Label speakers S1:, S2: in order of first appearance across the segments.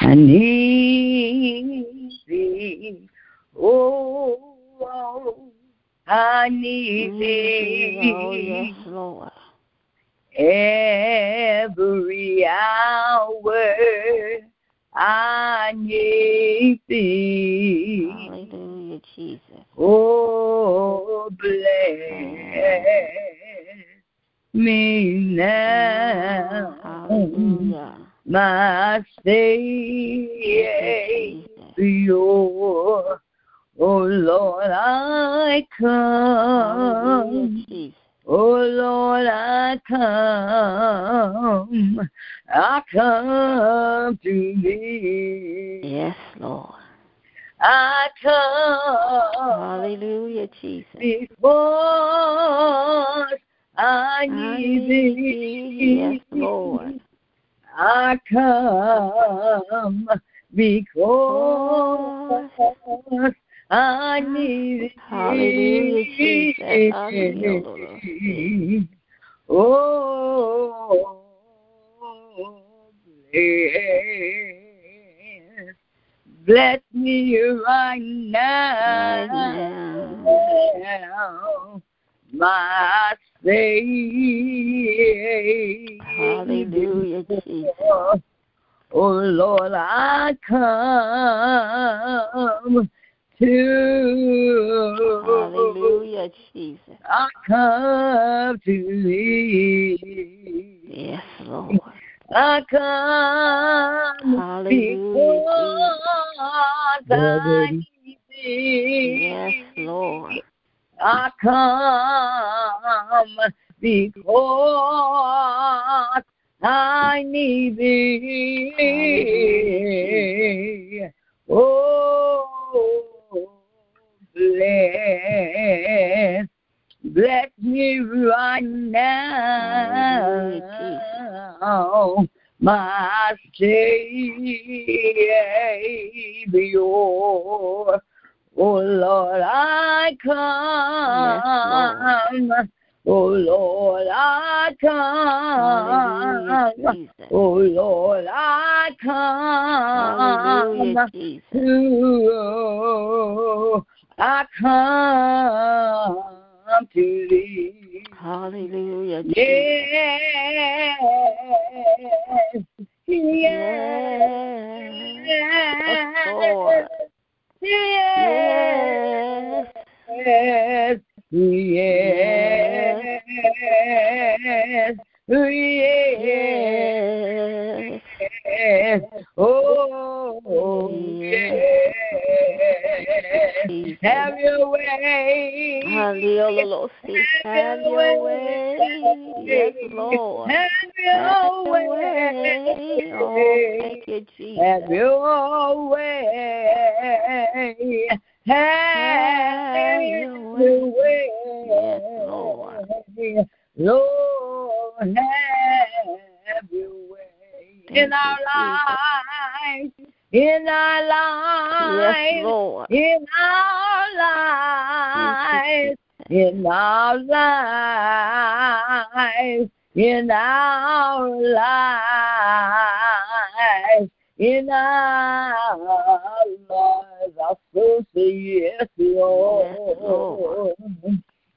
S1: I need thee. Oh, oh, I need thee.
S2: Oh, yes, Lord.
S1: Every hour I need thee.
S2: Hallelujah, Jesus.
S1: Oh, bless me now,
S2: Hallelujah.
S1: my
S2: Thank you, Jesus.
S1: Savior. Oh, Lord, I come.
S2: Hallelujah, Jesus.
S1: Oh Lord, I come, I come to thee.
S2: Yes, Lord.
S1: I come
S2: Hallelujah, Jesus.
S1: because I need thee.
S2: Yes, Lord.
S1: I come because I need
S2: Hallelujah,
S1: thee.
S2: Jesus. Hallelujah.
S1: Oh, bless, bless me right
S2: Right
S1: now,
S2: now.
S1: my Savior.
S2: Hallelujah, Jesus.
S1: Oh Lord, I come to
S2: Hallelujah, Jesus.
S1: I come to thee.
S2: Yes, Lord.
S1: I come
S2: Hallelujah, Jesus.
S1: before thy
S2: Yes,
S1: thee.
S2: Lord.
S1: I come because I need thee. Oh, bless, bless me right now, my Savior. Oh Lord, I come. Oh Lord, I
S2: Hallelujah,
S1: come.
S2: Jesus.
S1: Oh Lord, I
S2: Hallelujah,
S1: come.
S2: Jesus.
S1: To I come to thee.
S2: Hallelujah, Jesus.
S1: Yes, yes,
S2: Yes.
S1: yes,
S2: Lord.
S1: yes. Yes,
S2: Yes.
S1: yes, yes,
S2: Yes.
S1: yes, oh, yes. Have your way.
S2: Hallelujah. Have your way. Yes, Lord.
S1: Have
S2: Have
S1: your
S2: your way. Oh,
S1: way.
S2: thank you, Jesus.
S1: Have your way. Have your way.
S2: Yes, Lord.
S1: Lord, have your way. In
S2: Thank
S1: our lives. In our
S2: Yes,
S1: lives.
S2: Lord.
S1: In our lives. In our lives, in our lives, in our lives, our soul say yes, Lord.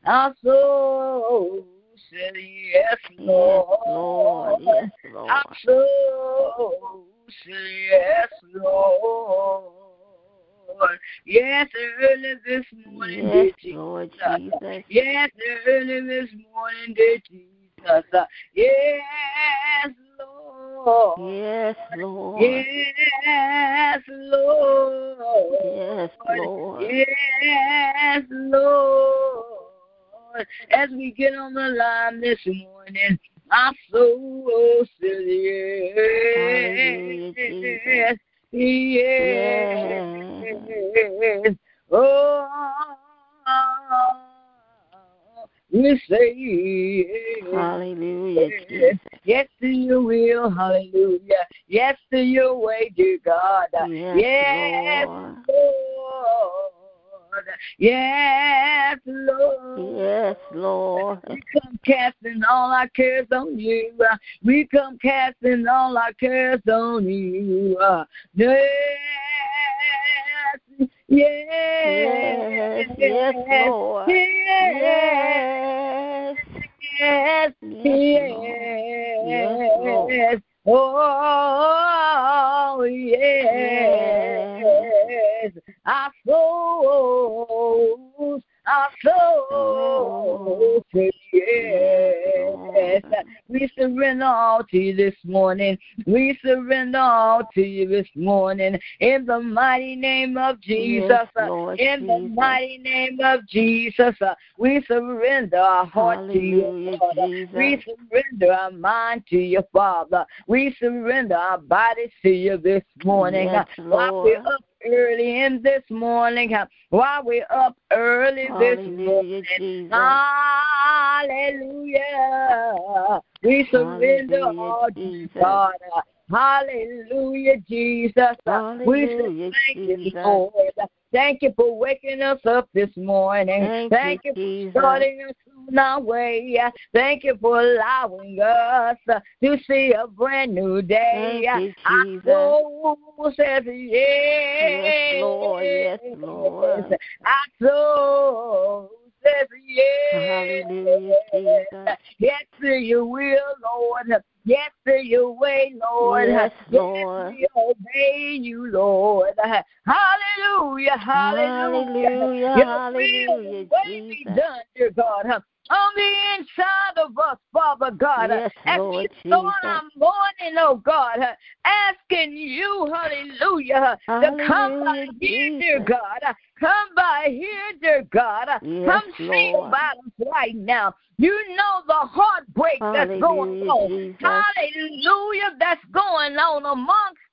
S1: Our soul say yes,
S2: Yes, Lord.
S1: Lord.
S2: Yes, Lord.
S1: Our soul say yes, Lord. Yes, early this morning,
S2: Yes,
S1: did you
S2: Lord Jesus.
S1: Yes, early this morning, dear Jesus. Uh, Yes, Lord.
S2: Yes, Lord.
S1: Yes, Lord.
S2: Yes, Lord.
S1: Yes, Lord. As we get on the line this morning, my soul says
S2: Hallelujah,
S1: yes.
S2: Jesus.
S1: Yes. yes. Oh, we say yes.
S2: Hallelujah, Jesus.
S1: Yes to your will, hallelujah. Yes to your way, dear God.
S2: Yes, Lord.
S1: Lord. Yes, Lord.
S2: Yes, Lord.
S1: We come casting all our cares on you. Uh, We come casting all our cares on you. Uh, Yes, yes,
S2: Yes, yes, Lord.
S1: Yes,
S2: Yes.
S1: yes,
S2: Yes, Lord. Lord.
S1: yes. Oh, yes. Our souls, our souls, yes. We surrender all to you this morning. We surrender all to you this morning. In the mighty name of Jesus.
S2: Yes, Lord
S1: in the
S2: Jesus.
S1: mighty name of Jesus. uh, we surrender our heart
S2: Hallelujah,
S1: to you, Father.
S2: Jesus.
S1: We surrender our mind to you, Father. We surrender our bodies to you this morning.
S2: Yes,
S1: uh, While we're
S2: Lord.
S1: up early in this morning. uh, While we're up early this
S2: Hallelujah,
S1: morning.
S2: Jesus.
S1: Hallelujah. We surrender
S2: Hallelujah,
S1: all to you,
S2: Jesus.
S1: God. Hallelujah, Jesus. We
S2: Hallelujah,
S1: say thank you,
S2: Jesus.
S1: Lord. Thank you for waking us up this morning.
S2: Thank you, Jesus.
S1: for starting us on our way. Thank you for allowing us to see a brand new day. uh,
S2: Thank you,
S1: Our
S2: Jesus.
S1: soul says yes.
S2: Yes, Lord. Yes, Lord.
S1: Our soul says yes.
S2: Hallelujah, Jesus.
S1: Yes, to your will, Lord. Yes, to your way, Lord.
S2: Yes,
S1: Yes,
S2: Lord.
S1: we obey you, Lord. Hallelujah, hallelujah.
S2: Hallelujah,
S1: Your will
S2: hallelujah,
S1: and way be
S2: Jesus.
S1: done, dear God. On the inside of us, Father God.
S2: Yes,
S1: As
S2: Lord
S1: we start our
S2: Jesus.
S1: morning, oh God, asking you, hallelujah, to come by
S2: Hallelujah,
S1: here, dear
S2: Jesus.
S1: God. Come by here, dear God.
S2: Yes,
S1: Come see
S2: Lord.
S1: about us right now. You know the heartbreak that's going
S2: Hallelujah,
S1: on.
S2: Jesus.
S1: Hallelujah, that's going on amongst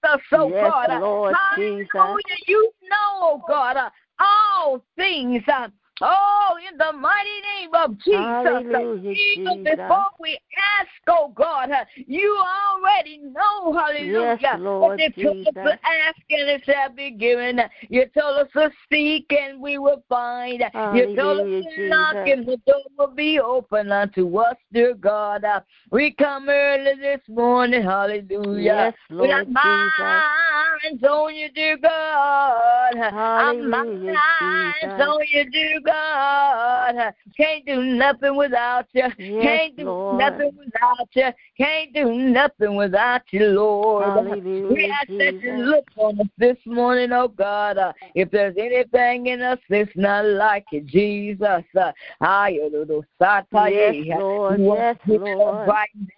S1: us, oh
S2: Yes,
S1: God.
S2: Lord
S1: Hallelujah,
S2: Jesus.
S1: you know, oh God, uh, all things. uh, Oh, in the mighty name of Jesus.
S2: Hallelujah,
S1: Even
S2: Jesus.
S1: before we ask, oh God, uh, you already know, hallelujah.
S2: Yes, Lord
S1: that you told us
S2: Jesus.
S1: to ask and it shall be given. You told us to seek and we will find. you told
S2: Hallelujah,
S1: us to knock
S2: Jesus.
S1: and the door will be open unto us, dear God. Uh, we come early this morning, hallelujah.
S2: Yes,
S1: With our
S2: Lord Jesus.
S1: minds on you, dear God. Our
S2: Hallelujah,
S1: minds
S2: Jesus.
S1: on you, dear God. Can't do nothing without you.
S2: Yes,
S1: Can't do
S2: Lord.
S1: nothing without you. Can't do nothing without you, Lord. We
S2: Hallelujah,
S1: ask that you
S2: Jesus.
S1: look on us this morning, oh God. Uh, if there's anything in us that's not like you, Jesus. Uh, I, oh, Lord, oh, Sata,
S2: Yes,
S1: yeah.
S2: Lord.
S1: We want
S2: Yes,
S1: to get up
S2: Lord.
S1: right now.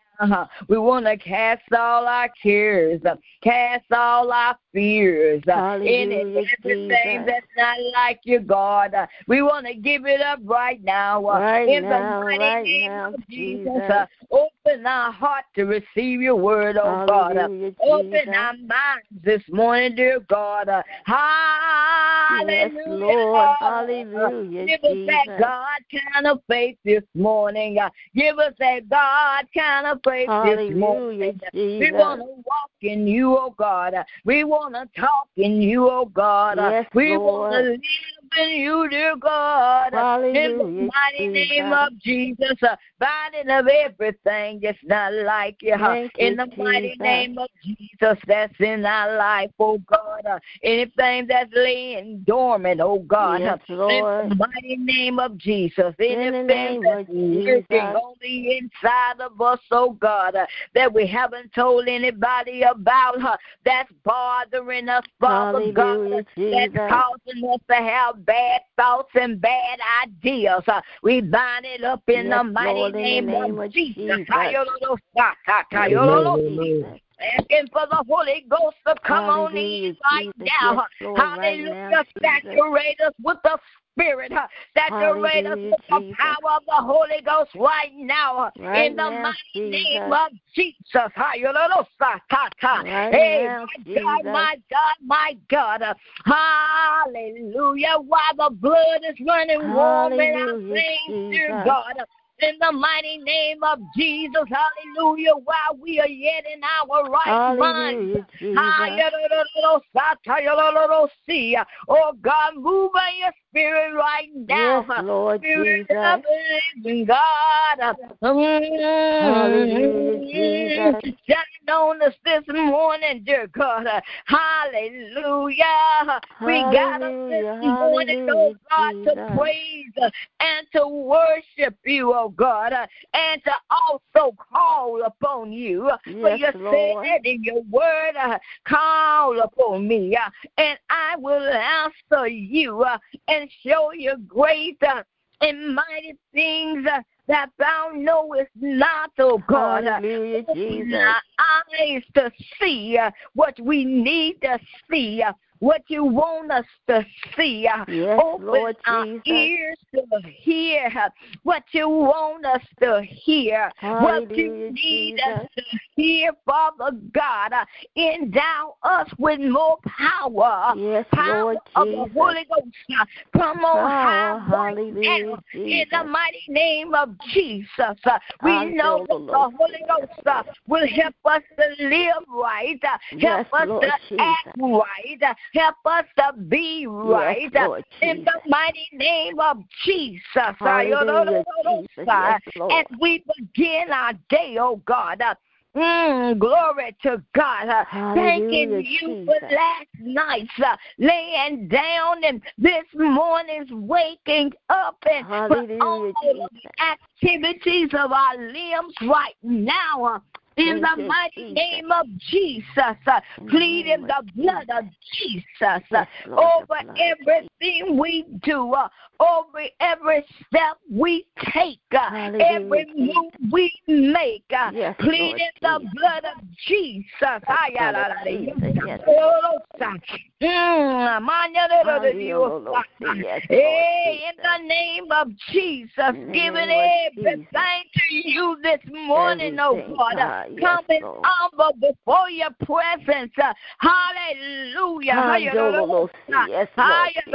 S1: We want to cast all our cares, uh, cast all our fears, uh, in
S2: Hallelujah,
S1: and everything
S2: Jesus.
S1: that's not like you, God. Uh, we want to give it up right now. uh,
S2: Right
S1: in
S2: now,
S1: the mighty
S2: right
S1: name
S2: now,
S1: of Jesus,
S2: Jesus.
S1: uh, open our heart to receive your word, oh God. Uh,
S2: Hallelujah,
S1: Open
S2: Jesus.
S1: our minds this morning, dear God. Uh,
S2: Yes,
S1: Hallelujah.
S2: Lord.
S1: Uh,
S2: Hallelujah,
S1: Give us
S2: Jesus.
S1: that God kind of faith this morning. Uh, Give us that God kind of faith this
S2: Hallelujah,
S1: morning. We want
S2: Jesus.
S1: to walk in you, oh God. Uh, We want to talk in you, oh God. Uh,
S2: Yes,
S1: We
S2: Lord.
S1: want to live in you, dear God. Uh, in the
S2: Hallelujah,
S1: mighty name
S2: Jesus.
S1: of Jesus, uh, binding of everything that's not like you. huh?
S2: Thank
S1: in
S2: you,
S1: the mighty
S2: Jesus.
S1: name of Jesus, that's in our life, oh God. uh, anything that's laying dormant, oh God. huh?
S2: Yes, Lord.
S1: In the mighty name of Jesus,
S2: In the
S1: anything
S2: name
S1: that's
S2: of Jesus.
S1: lurking on the inside of us, oh God, uh, that we haven't told anybody about, huh? that's bothering us, Father God. uh,
S2: Hallelujah,
S1: That's
S2: Jesus.
S1: causing us to have bad thoughts and bad ideas. Uh, we bind it up in
S2: Yes,
S1: the mighty
S2: Lord, in the
S1: name,
S2: name
S1: of
S2: of
S1: Jesus.
S2: Jesus.
S1: Kayololosa, ka-
S2: Hallelujah,
S1: kayololo.
S2: Jesus.
S1: Asking for the Holy Ghost to come on
S2: Hallelujah,
S1: in right
S2: Jesus. Yes,
S1: now.
S2: Lord, right now,
S1: Hallelujah.
S2: Jesus.
S1: Saturate us with the Spirit. huh? Saturate us
S2: Hallelujah,
S1: with the
S2: Jesus.
S1: power of the Holy Ghost right now. huh?
S2: Right
S1: In the
S2: now,
S1: mighty name
S2: Jesus.
S1: of Jesus. Hallelujah. Ka- ka.
S2: Right
S1: Hey, my
S2: now,
S1: God,
S2: Jesus.
S1: my God, my God. Uh, huh? Hallelujah. While the blood is running warm in our
S2: Hallelujah,
S1: veins, dear
S2: Jesus.
S1: God. Uh, in the mighty name of Jesus. Hallelujah. While we are yet in our right mind.
S2: Hallelujah, Jesus.
S1: Oh God, move by your spirit right now. Uh,
S2: Yes, Lord
S1: Spirit of
S2: Jesus.
S1: the living God.
S2: Hallelujah, Jesus.
S1: Shine on us this morning, dear God. Hallelujah. We got us
S2: Hallelujah,
S1: this morning, oh God, to
S2: hallelujah,
S1: praise and to worship you, oh God, and to also call upon you. For you
S2: Yes, Lord.
S1: said in your word, uh, call upon me, uh, and I will answer you uh, and show you great uh, and mighty things uh, that thou knowest not, oh God. Uh,
S2: Hallelujah,
S1: Open
S2: Jesus.
S1: our eyes to see uh, what we need to see, uh, what you want us to see. uh,
S2: Yes,
S1: Open
S2: Lord
S1: our
S2: Jesus.
S1: ears to hear uh, what you want us to hear, what you
S2: Hallelujah,
S1: need us
S2: Jesus.
S1: to hear, Father God. Uh, Endow us with more power,
S2: Yes,
S1: power
S2: Lord
S1: of the
S2: Jesus.
S1: Holy Ghost. Uh, Come
S2: Oh,
S1: on, high right now
S2: hallelujah,
S1: in
S2: Jesus.
S1: the mighty name of Jesus. Uh, we
S2: Hallelujah,
S1: know that the
S2: Lord.
S1: Holy Ghost uh, will help us to live right, uh, help
S2: Yes,
S1: us
S2: Lord
S1: to
S2: Jesus.
S1: act right, uh, help us to be
S2: Yes,
S1: right. uh,
S2: Lord
S1: in
S2: Jesus.
S1: the mighty name of Jesus. Uh,
S2: Hallelujah, Jesus. Yes, Lord.
S1: and we begin our day, oh God. Uh, mm, glory to God. Uh, thanking
S2: Hallelujah,
S1: you for
S2: Jesus.
S1: last night's uh, laying down and this morning's waking up and
S2: Hallelujah,
S1: for all of
S2: Jesus.
S1: the activities of our limbs right now. uh, in the
S2: Thank you,
S1: mighty
S2: Jesus.
S1: name of Jesus, uh,
S2: In the
S1: pleading
S2: name
S1: the
S2: of
S1: blood of Jesus uh,
S2: Yes, Lord, the
S1: over
S2: blood of
S1: everything we do, uh, over every step we take, uh,
S2: Hallelujah,
S1: every
S2: Jesus.
S1: move we make, uh,
S2: Yes, Lord
S1: pleading the
S2: Jesus.
S1: blood of Jesus.
S2: blood of Jesus, yes.
S1: Mm,
S2: Hallelujah, yes, Lord
S1: Hey, Eh, in
S2: Jesus.
S1: the name of Jesus,
S2: In the
S1: giving
S2: name of
S1: everything to you this morning, oh
S2: Everything,
S1: God.
S2: God, yes,
S1: Coming
S2: Lord.
S1: humble before your presence. uh, Hallelujah.
S2: Hallelujah, yes, Lord Jesus. Thank you.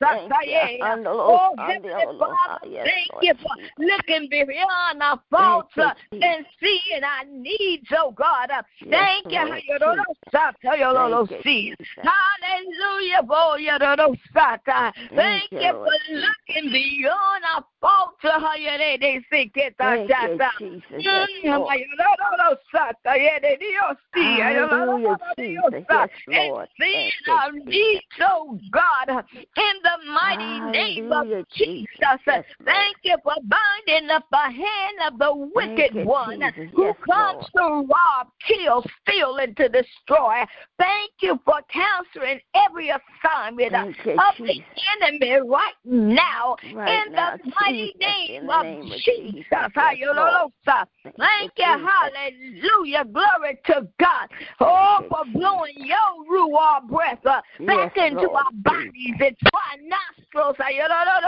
S1: Hallelujah. Oh, Heavenly
S2: Hallelujah,
S1: Father,
S2: Ah, yes,
S1: thank
S2: Lord
S1: you for
S2: Jesus.
S1: looking beyond our faults
S2: you,
S1: uh,
S2: Jesus.
S1: and seeing our needs, oh God. Uh,
S2: Yes,
S1: Thank you.
S2: Lord
S1: Hallelujah.
S2: Thank
S1: Hallelujah.
S2: you, Jesus.
S1: Hallelujah, boy, you don't know, Sata. Thank
S2: you,
S1: you
S2: Lord
S1: for looking beyond our faults. how you they- they seek it, uh,
S2: Thank you,
S1: Sata.
S2: Jesus. Yes,
S1: Mm,
S2: Lord.
S1: my, you don't know, Sata. Yeah, they do your see. You don't know,
S2: Hallelujah,
S1: they do
S2: Jesus.
S1: your
S2: Yes,
S1: see. And
S2: Lord.
S1: seeing
S2: Thank
S1: our
S2: you, Jesus.
S1: needs, oh God, in the mighty name of
S2: Hallelujah,
S1: Jesus.
S2: Jesus. Yes, Lord.
S1: Thank you for binding up the hand of the wicked
S2: you,
S1: one
S2: Jesus.
S1: who
S2: Yes,
S1: comes to rob, kill, steal, and to destroy. Thank you for countering every assignment
S2: Thank you,
S1: of
S2: Jesus.
S1: the enemy right now
S2: Right
S1: in
S2: now,
S1: the mighty
S2: Jesus, in
S1: name
S2: the
S1: of
S2: name of
S1: Jesus.
S2: Jesus. Yes, Lord.
S1: Hallelujah. Thank you,
S2: Jesus.
S1: hallelujah. Glory to God. Oh,
S2: you,
S1: for blowing your ruah breath uh, back
S2: Yes,
S1: into
S2: Lord
S1: our bodies, into our nostrils.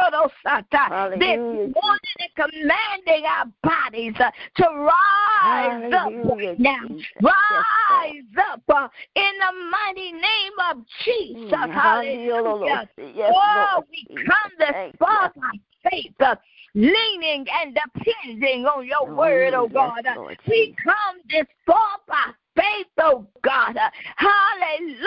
S1: Hallelujah. This
S2: Hallelujah,
S1: morning, and commanding our bodies uh, to rise up
S2: Hallelujah,
S1: right now.
S2: Jesus. Yes, Lord.
S1: Rise up uh, in the mighty name of Jesus.
S2: Mm,
S1: Hallelujah.
S2: hallelujah. Yes,
S1: oh,
S2: Lord
S1: we
S2: Jesus.
S1: come this
S2: Thank you.
S1: far by faith, uh, leaning and depending on your
S2: Oh,
S1: word, oh
S2: yes,
S1: God. Uh,
S2: Lord
S1: We
S2: Jesus.
S1: come this far by faith, oh God. Uh, Hallelujah.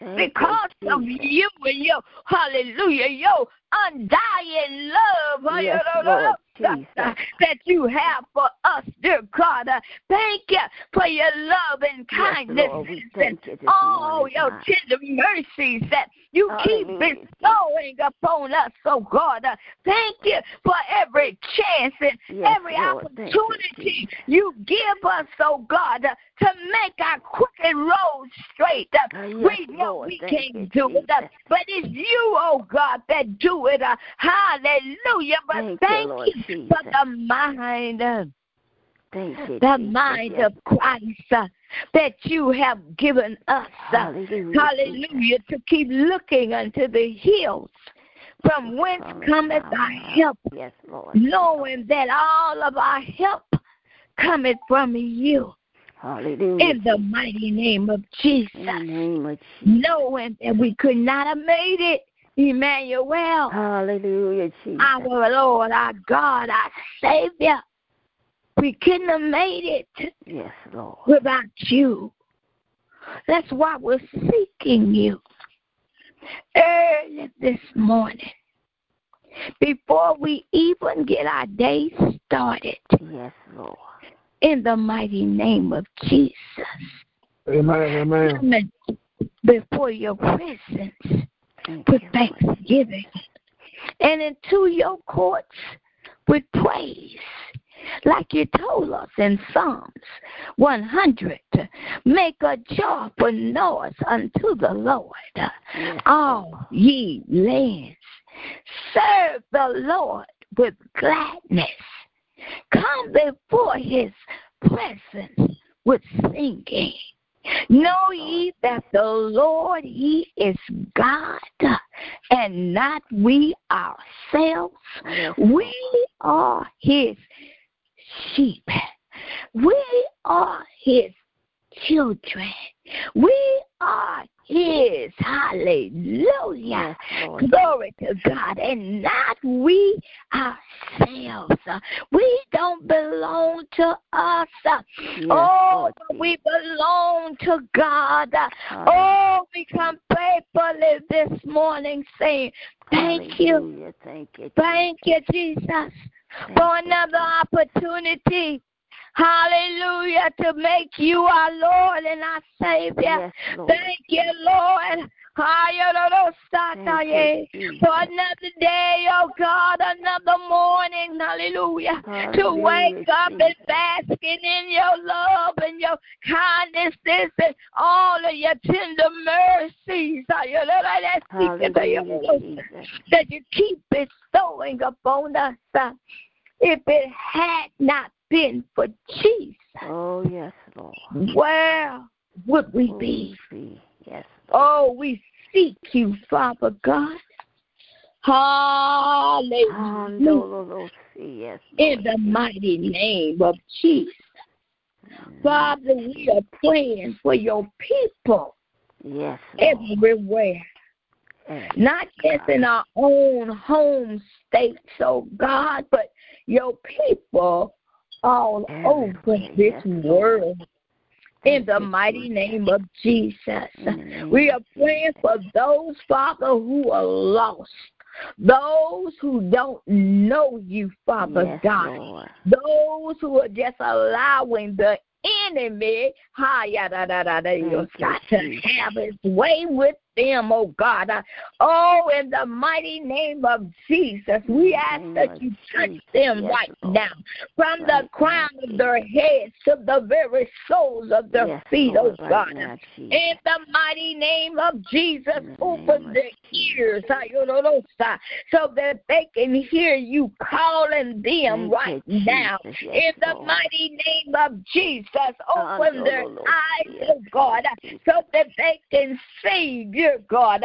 S2: Thank you,
S1: Because of
S2: Jesus.
S1: you and your, hallelujah, your undying love. uh,
S2: Yes,
S1: hallelujah,
S2: Lord Jesus.
S1: uh, That you have for us, dear God. Uh, Thank you for your love and
S2: Yes,
S1: kindness
S2: Lord, we
S1: and
S2: thank you this
S1: all
S2: morning,
S1: Oh, your
S2: God.
S1: tender mercies that you keep
S2: Hallelujah.
S1: bestowing upon us, oh God. Uh, Thank you for every chance and
S2: Yes,
S1: every
S2: Lord. Thank you,
S1: opportunity
S2: Jesus.
S1: you give us, oh God, uh, to make our crooked road straight. Uh,
S2: Oh, yes,
S1: we know
S2: Lord.
S1: we
S2: Thank you,
S1: can't do it, uh,
S2: Jesus.
S1: but it's you, oh God, that do it. uh, Hallelujah. But
S2: Thank you,
S1: thank
S2: Lord
S1: you for
S2: Jesus.
S1: the mind. uh,
S2: Thank you,
S1: the
S2: Jesus.
S1: mind
S2: Yes.
S1: of Christ uh, that you have given us. uh,
S2: Hallelujah. Jesus.
S1: Hallelujah. To keep looking unto the hills from whence
S2: From
S1: cometh
S2: our
S1: our
S2: mouth.
S1: help,
S2: Yes, Lord.
S1: knowing that all of our help cometh from you
S2: Hallelujah.
S1: in the mighty name of Jesus,
S2: Mm. In the name of Jesus.
S1: knowing that we could not have made it Emmanuel,
S2: Hallelujah, Oh, Jesus.
S1: our Lord, our God, our Savior. We couldn't have made it
S2: Yes, Lord.
S1: without you. That's why we're seeking you early this morning before we even get our day started
S2: Yes, Lord.
S1: in the mighty name of Jesus.
S3: Amen. Amen.
S1: Coming before your presence
S2: Thank
S1: with
S2: you, Lord.
S1: thanksgiving and into your courts with praise, like you told us in Psalms 100. Make a joyful noise unto the Lord,
S2: Yes,
S1: all ye lands. Serve the Lord with gladness. Come before his presence with singing. Know ye that the Lord, He is God, and not we ourselves.
S2: Yes,
S1: We are His sheep. We are His children. We are His. Hallelujah.
S2: Yes, Lord.
S1: Glory to God, and not we ourselves. We don't belong to us.
S2: Yes,
S1: Oh,
S2: Lord.
S1: but we belong to God.
S2: Hallelujah.
S1: Oh, we come faithfully this morning saying, Thank you,
S2: Hallelujah. Thank you.
S1: thank you, Jesus,
S2: Thank
S1: for
S2: you.
S1: another opportunity. Hallelujah, to make you our Lord and our Savior.
S2: Yes, Lord.
S1: Thank you, Lord. Hallelujah.
S2: Thank you, Jesus.
S1: For another day, oh God, another morning, hallelujah, to
S2: Hallelujah,
S1: wake up and
S2: Jesus.
S1: basking in your love and your kindnesses and all of your tender mercies,
S2: Hallelujah,
S1: hallelujah,
S2: Jesus.
S1: that you keep bestowing upon us. uh, If it had not been for Jesus,
S2: Oh, yes, Lord.
S1: where would we
S2: Oh,
S1: be?
S2: we Yes, Lord.
S1: Oh, we seek you, Father God. Hallelujah.
S2: Hallelujah, Yes,
S1: In
S2: Lord.
S1: the mighty name of Jesus. Father, we are praying for your people
S2: Yes, Lord.
S1: everywhere,
S2: Yes,
S1: not just in our own home states, oh God, but your people all over
S2: Everywhere,
S1: this
S2: yes, Lord.
S1: world. In the
S2: Thank you,
S1: mighty
S2: Jesus.
S1: name of Jesus.
S2: In the name
S1: We are
S2: of
S1: praying for those, Father, who are lost, those who don't know you, Father
S2: yes,
S1: God,
S2: Lord.
S1: those who are just allowing the enemy hi, ya, da, da, da, da, yo,
S2: Thank
S1: to
S2: you,
S1: have his way with them, oh God. Oh, in the mighty name of Jesus, we ask
S2: name
S1: that
S2: of
S1: you touch
S2: Jesus,
S1: them
S2: yes,
S1: right
S2: Lord.
S1: now, from
S2: Right
S1: the
S2: now,
S1: crown of their heads to the very soles of their
S2: Yes,
S1: feet,
S2: Lord,
S1: oh
S2: right
S1: God.
S2: now, Jesus.
S1: In the mighty name of Jesus,
S2: In the name
S1: open
S2: of
S1: their
S2: Jesus.
S1: ears, Ayololosa, so that they can hear you calling them
S2: Thank
S1: right
S2: you,
S1: now.
S2: Jesus.
S1: In
S2: Yes,
S1: the
S2: Lord.
S1: mighty name of Jesus, open their
S2: Ayololosa,
S1: eyes,
S2: yes,
S1: oh God,
S2: Jesus.
S1: so that they can see, dear God.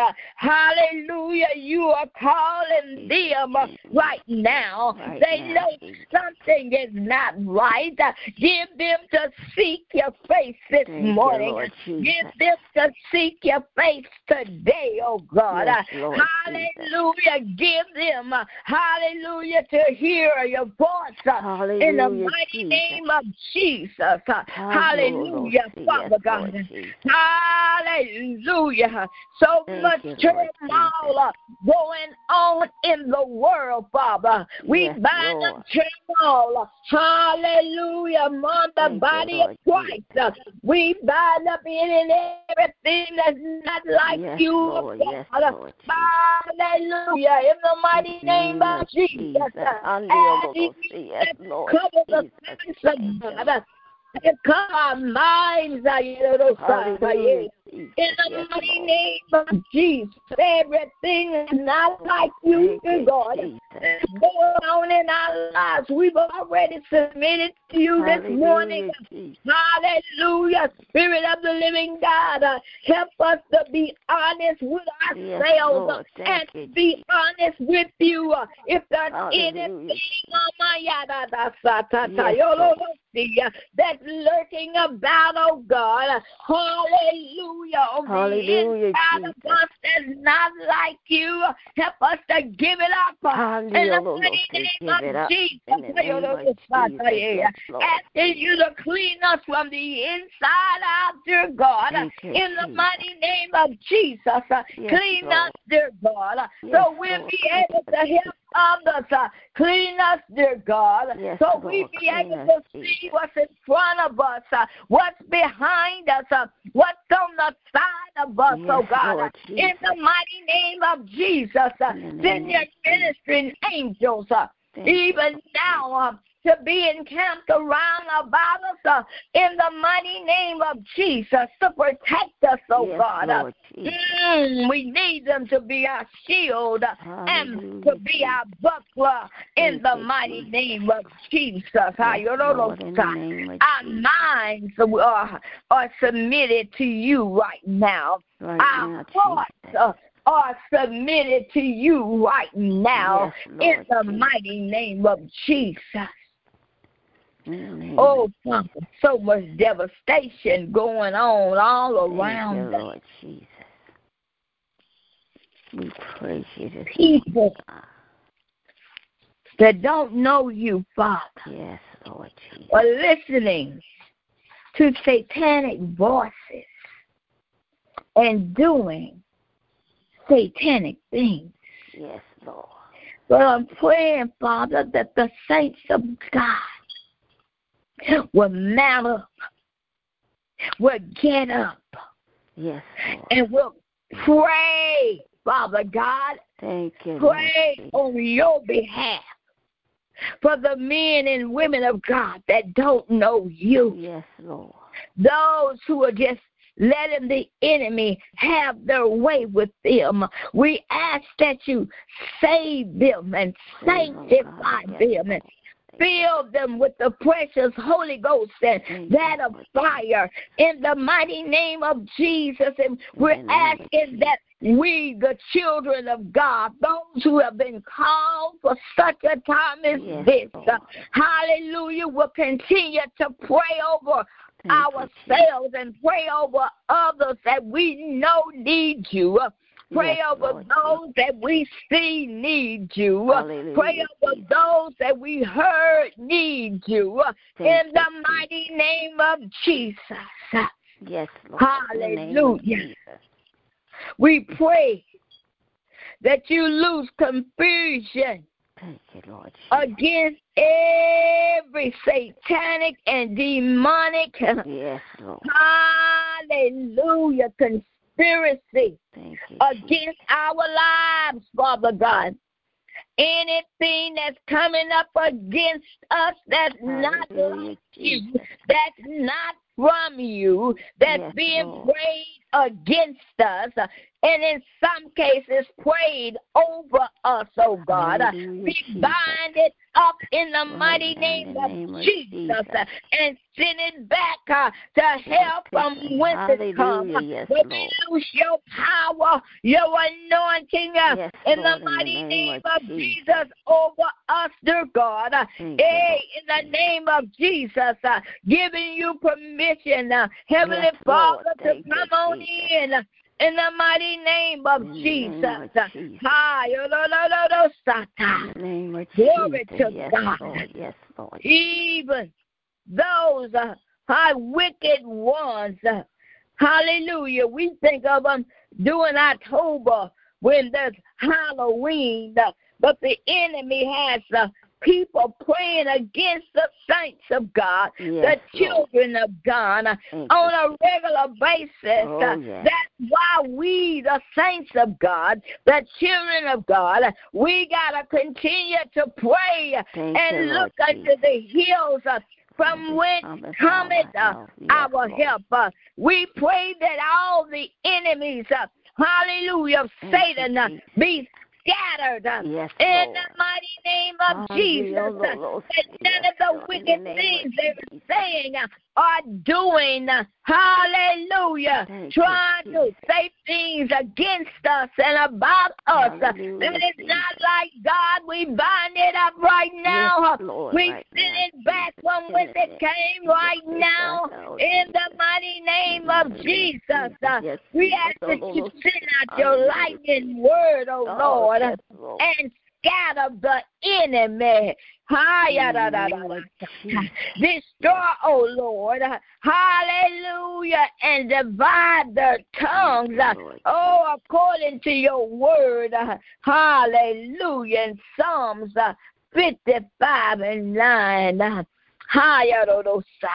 S1: Hallelujah, you are calling them right now.
S2: Right
S1: They
S2: now,
S1: know
S2: Jesus.
S1: something is not right. Give them to seek your face this
S2: Thank you,
S1: morning.
S2: Lord
S1: Give
S2: Jesus.
S1: them to seek your face today, oh God.
S2: Yes, Lord
S1: hallelujah. Give them, uh, hallelujah, to hear your voice. uh,
S2: Hallelujah,
S1: In the mighty
S2: Jesus.
S1: name of Jesus. Uh, Hallelujah,
S2: Ayololosa,
S1: Father
S2: yes,
S1: God.
S2: Lord Jesus.
S1: Hallelujah. So
S2: Thank
S1: much
S2: you, Lord
S1: turmoil uh, going on in the world, Father. We
S2: Yes,
S1: bind
S2: Lord.
S1: up turmoil. Hallelujah. Among the
S2: Thank you,
S1: body
S2: Lord
S1: of Christ. Uh, We bind up in and everything that's not like
S2: yes,
S1: you,
S2: Lord. Yes,
S1: Father.
S2: Lord Jesus.
S1: Hallelujah. In the mighty name of Jesus.
S2: Unbelievable.
S1: As
S2: Mm, Yes, Lord.
S1: cover the
S2: Jesus.
S1: thanks
S2: Thank
S1: of
S2: you.
S1: God. And cover our minds, uh, you know, Father, yeah.
S2: Hallelujah. Jesus.
S1: In the
S2: Yes,
S1: mighty
S2: Lord.
S1: name of Jesus, everything is not like you,
S2: Thank you,
S1: God.
S2: Jesus.
S1: Going on in our lives, we've already submitted to you this morning.
S2: Hallelujah, Jesus.
S1: Hallelujah, Spirit of the Living God, uh, help us to be honest with
S2: Yes,
S1: ourselves
S2: Lord.
S1: uh,
S2: Thank you,
S1: and be honest with you. uh, If there's
S2: Hallelujah.
S1: anything, oh my God, uh, that's, uh, that's, uh,
S2: Yes,
S1: you know,
S2: Lord.
S1: see, uh, that's lurking about, oh God, uh, hallelujah, on the
S2: Hallelujah,
S1: inside of
S2: Jesus.
S1: us that's not like you. uh, Help us to give it up. uh, In the
S2: Hallelujah.
S1: mighty name
S2: Give
S1: of
S2: it up.
S1: Jesus.
S2: In the name of Jesus. Yes, Lord.
S1: Asking you to clean us from the inside out, dear God.
S2: Thank you,
S1: In the
S2: Jesus.
S1: mighty name of Jesus. uh,
S2: Yes,
S1: Clean us,
S2: Lord.
S1: dear God.
S2: Yes,
S1: So we'll
S2: Lord.
S1: be able to help others. uh, Clean us, dear God.
S2: Yes,
S1: So we
S2: Lord.
S1: be
S2: Clean
S1: able
S2: us,
S1: to see
S2: Jesus.
S1: what's in front of us, uh, what's behind us, uh, what's on the side of us,
S2: Yes,
S1: oh God.
S2: Lord
S1: In the
S2: Jesus.
S1: mighty name of Jesus, uh,
S2: In the name
S1: send your
S2: of Jesus.
S1: ministering angels uh,
S2: Thank you.
S1: even now uh, to be encamped around about us uh, in the mighty name of Jesus to protect us, oh
S2: yes,
S1: God. uh,
S2: Lord Jesus.
S1: Mm, we need them to be our shield uh, and to
S2: Hallelujah,
S1: be our buckler in
S2: Thank
S1: the
S2: you,
S1: mighty
S2: Jesus.
S1: name of Jesus.
S2: Yes, Lord, in the
S1: Hallelujah.
S2: name of
S1: Our
S2: Jesus.
S1: minds are, are submitted to you right now.
S2: Right now,
S1: Our hearts
S2: Jesus.
S1: uh, are submitted to you right now
S2: Yes,
S1: in
S2: Lord
S1: the
S2: Jesus. Mm.
S1: mighty name of Jesus.
S2: In the name
S1: Oh,
S2: of
S1: Father, so much devastation going on all
S2: Thank you,
S1: around us.
S2: Lord Jesus. We praise you this
S1: People
S2: God.
S1: that don't know you, Father,
S2: Yes, Lord Jesus.
S1: are listening to satanic voices and doing satanic things.
S2: Yes, Lord.
S1: But I'm praying, Father, that the saints of God will mount up, will get up,
S2: Yes, Lord.
S1: and will pray, Father God,
S2: Thank you, Lord
S1: pray
S2: Jesus.
S1: on your behalf for the men and women of God that don't know you.
S2: Yes, Lord.
S1: those who are just letting the enemy have their way with them. We ask that you save them and
S2: Praise the
S1: sanctify
S2: Lord. Yes,
S1: them and
S2: Lord.
S1: fill them with the precious Holy Ghost and
S2: Thank
S1: that
S2: you,
S1: of
S2: Lord.
S1: fire in the mighty name of Jesus. And we're
S2: In the name of
S1: asking
S2: Jesus.
S1: that we, the children of God, those who have been called for such a time as
S2: Yes,
S1: this,
S2: Lord.
S1: hallelujah, will continue to pray over
S2: Thank you, Jesus.
S1: ourselves and pray over others that we know need you. Pray
S2: Yes,
S1: over
S2: Lord
S1: those that we see need you.
S2: Hallelujah,
S1: Pray over
S2: Jesus.
S1: those that we heard need you.
S2: Thank
S1: In
S2: you,
S1: the mighty name of Jesus,
S2: Jesus. Yes, Lord. In the name of
S1: Hallelujah.
S2: Jesus.
S1: we pray that you lose confusion
S2: Thank you, Lord Jesus.
S1: against every satanic and demonic.
S2: Yes, Lord.
S1: Hallelujah. Conspiracy
S2: Thank you. Jesus.
S1: against our lives, Father God. Anything that's coming up against us that's not like
S2: Hallelujah,
S1: you,
S2: Jesus.
S1: that's not from you, that's
S2: Yes,
S1: being
S2: Lord.
S1: prayed against us, and in some cases prayed over us, oh God.
S2: Hallelujah,
S1: Be
S2: Jesus.
S1: bind it up in the
S2: Right
S1: mighty
S2: now,
S1: name
S2: in the
S1: of
S2: name of
S1: Jesus
S2: Jesus.
S1: and send it back uh, to hell from whence it comes.
S2: Hallelujah, yes,
S1: But
S2: Lord.
S1: loose your power, your anointing uh,
S2: Yes,
S1: in
S2: Lord,
S1: the mighty name of
S2: Jesus.
S1: Jesus over us, dear God. Uh,
S2: Thank you,
S1: Hey, in the name of Jesus, uh, giving you permission, uh, Heavenly
S2: Yes, Lord.
S1: Father,
S2: Thank
S1: to
S2: you,
S1: come on
S2: Jesus.
S1: in. uh, In the mighty name of
S2: In the
S1: Jesus.
S2: name of Jesus.
S1: Hi, yo, lo, lo, lo, lo,
S2: In
S1: sata.
S2: the name of
S1: Glory
S2: Jesus.
S1: to
S2: yes,
S1: God.
S2: Lord. Yes, Lord.
S1: Even those uh, high wicked ones. uh, hallelujah. We think of them during October when there's Halloween, uh, but the enemy has uh, people praying against the saints of God,
S2: Yes,
S1: the
S2: Lord.
S1: children of God. uh,
S2: Thank you,
S1: on a regular basis.
S2: Oh,
S1: Uh,
S2: yes.
S1: That's why we, the saints of God, the children of God, uh, we got to continue to pray uh,
S2: Thank
S1: and
S2: you,
S1: look
S2: Lord
S1: unto
S2: Jesus.
S1: the hills uh, from whence
S2: Cometh
S1: cometh
S2: our
S1: uh,
S2: help. Yes,
S1: our
S2: Lord.
S1: help. Uh, we pray that all the enemies, uh, hallelujah, of
S2: Thank you,
S1: Satan, uh,
S2: Jesus.
S1: be scattered. uh,
S2: Yes,
S1: in
S2: Lord.
S1: the mighty name of Jesus. uh, That none of the wicked things they were saying uh, are doing. uh, Hallelujah. Trying to say things against us and about us. That is not like God. We bind it up right now. uh, We send it back from whence it came right now. In the mighty name of Jesus. We ask that you send out your lightning word, oh Lord, and scatter the enemy. Hallelujah. Destroy, oh Lord. Hallelujah. And divide the tongues. Oh, according to your word. uh, Hallelujah. In Psalms 55 and uh, 9. oh, uh,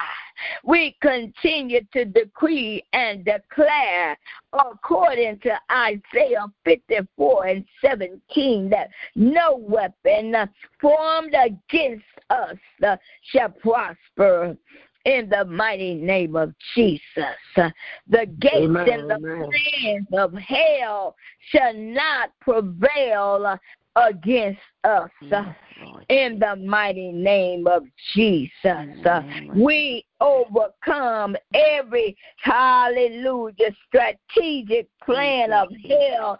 S1: We continue to decree and declare according to Isaiah 54 and 17 that no weapon uh, formed against us uh, shall prosper. In the mighty name of Jesus, Uh, the gates amen, and the amen. plans of hell shall not prevail uh, against us uh, in the mighty name of Jesus. Uh, we overcome every hallelujah strategic plan of hell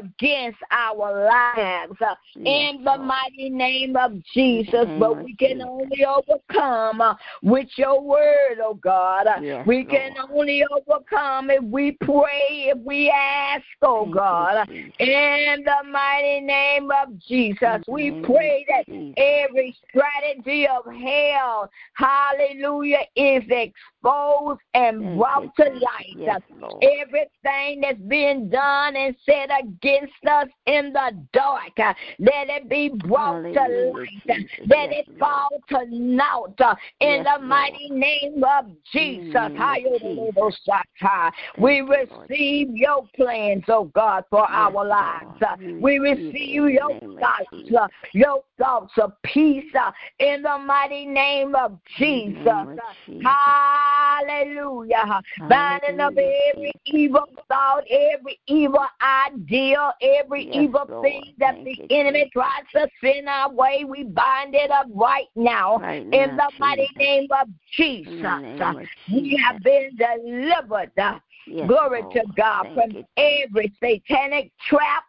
S1: against our lives uh, in the mighty name of Jesus. But we can only overcome uh, with your word, oh God. Uh, we can only overcome if we pray, if we ask, oh God. In the mighty name of Jesus,
S2: Mm-hmm.
S1: we pray that every strategy of hell, hallelujah, is exposed and brought to light. Everything that's being done and said against against us in the dark. uh, Let it be brought Hallelujah. to light. Let yes, it fall to naught uh, in yes, the mighty Lord. name of Jesus. Mm, we receive your plans, oh God, for yes, our lives. Lord. We receive your thoughts, uh, your thoughts of peace uh, in the mighty name of Jesus. uh, Hallelujah. Hallelujah. Binding up every evil thought, every evil idea, every yes, evil Lord. thing that Thank the enemy Jesus. tries to send our way, we bind it up right now. Right in now, the Jesus. mighty name of Jesus, name of we Jesus. have been delivered. Yes, Glory Lord. to God Thank from it. every satanic trap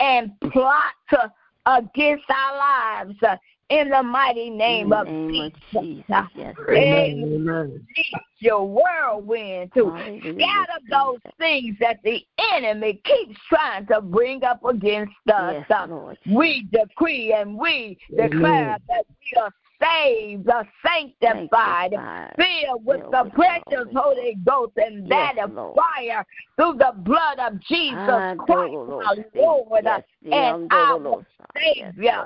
S1: and plot against our lives. In the mighty name, in of, name Jesus. of Jesus. Amen. Yes, your whirlwind to scatter those things that the enemy keeps trying to bring up against us. Yes, Lord. we decree and we Amen. declare that we are saved, are sanctified, sanctified. filled with Lord, the precious Lord. Holy Ghost and yes, that of fire through the blood of Jesus I Christ, our Lord, uh, yes, and our Savior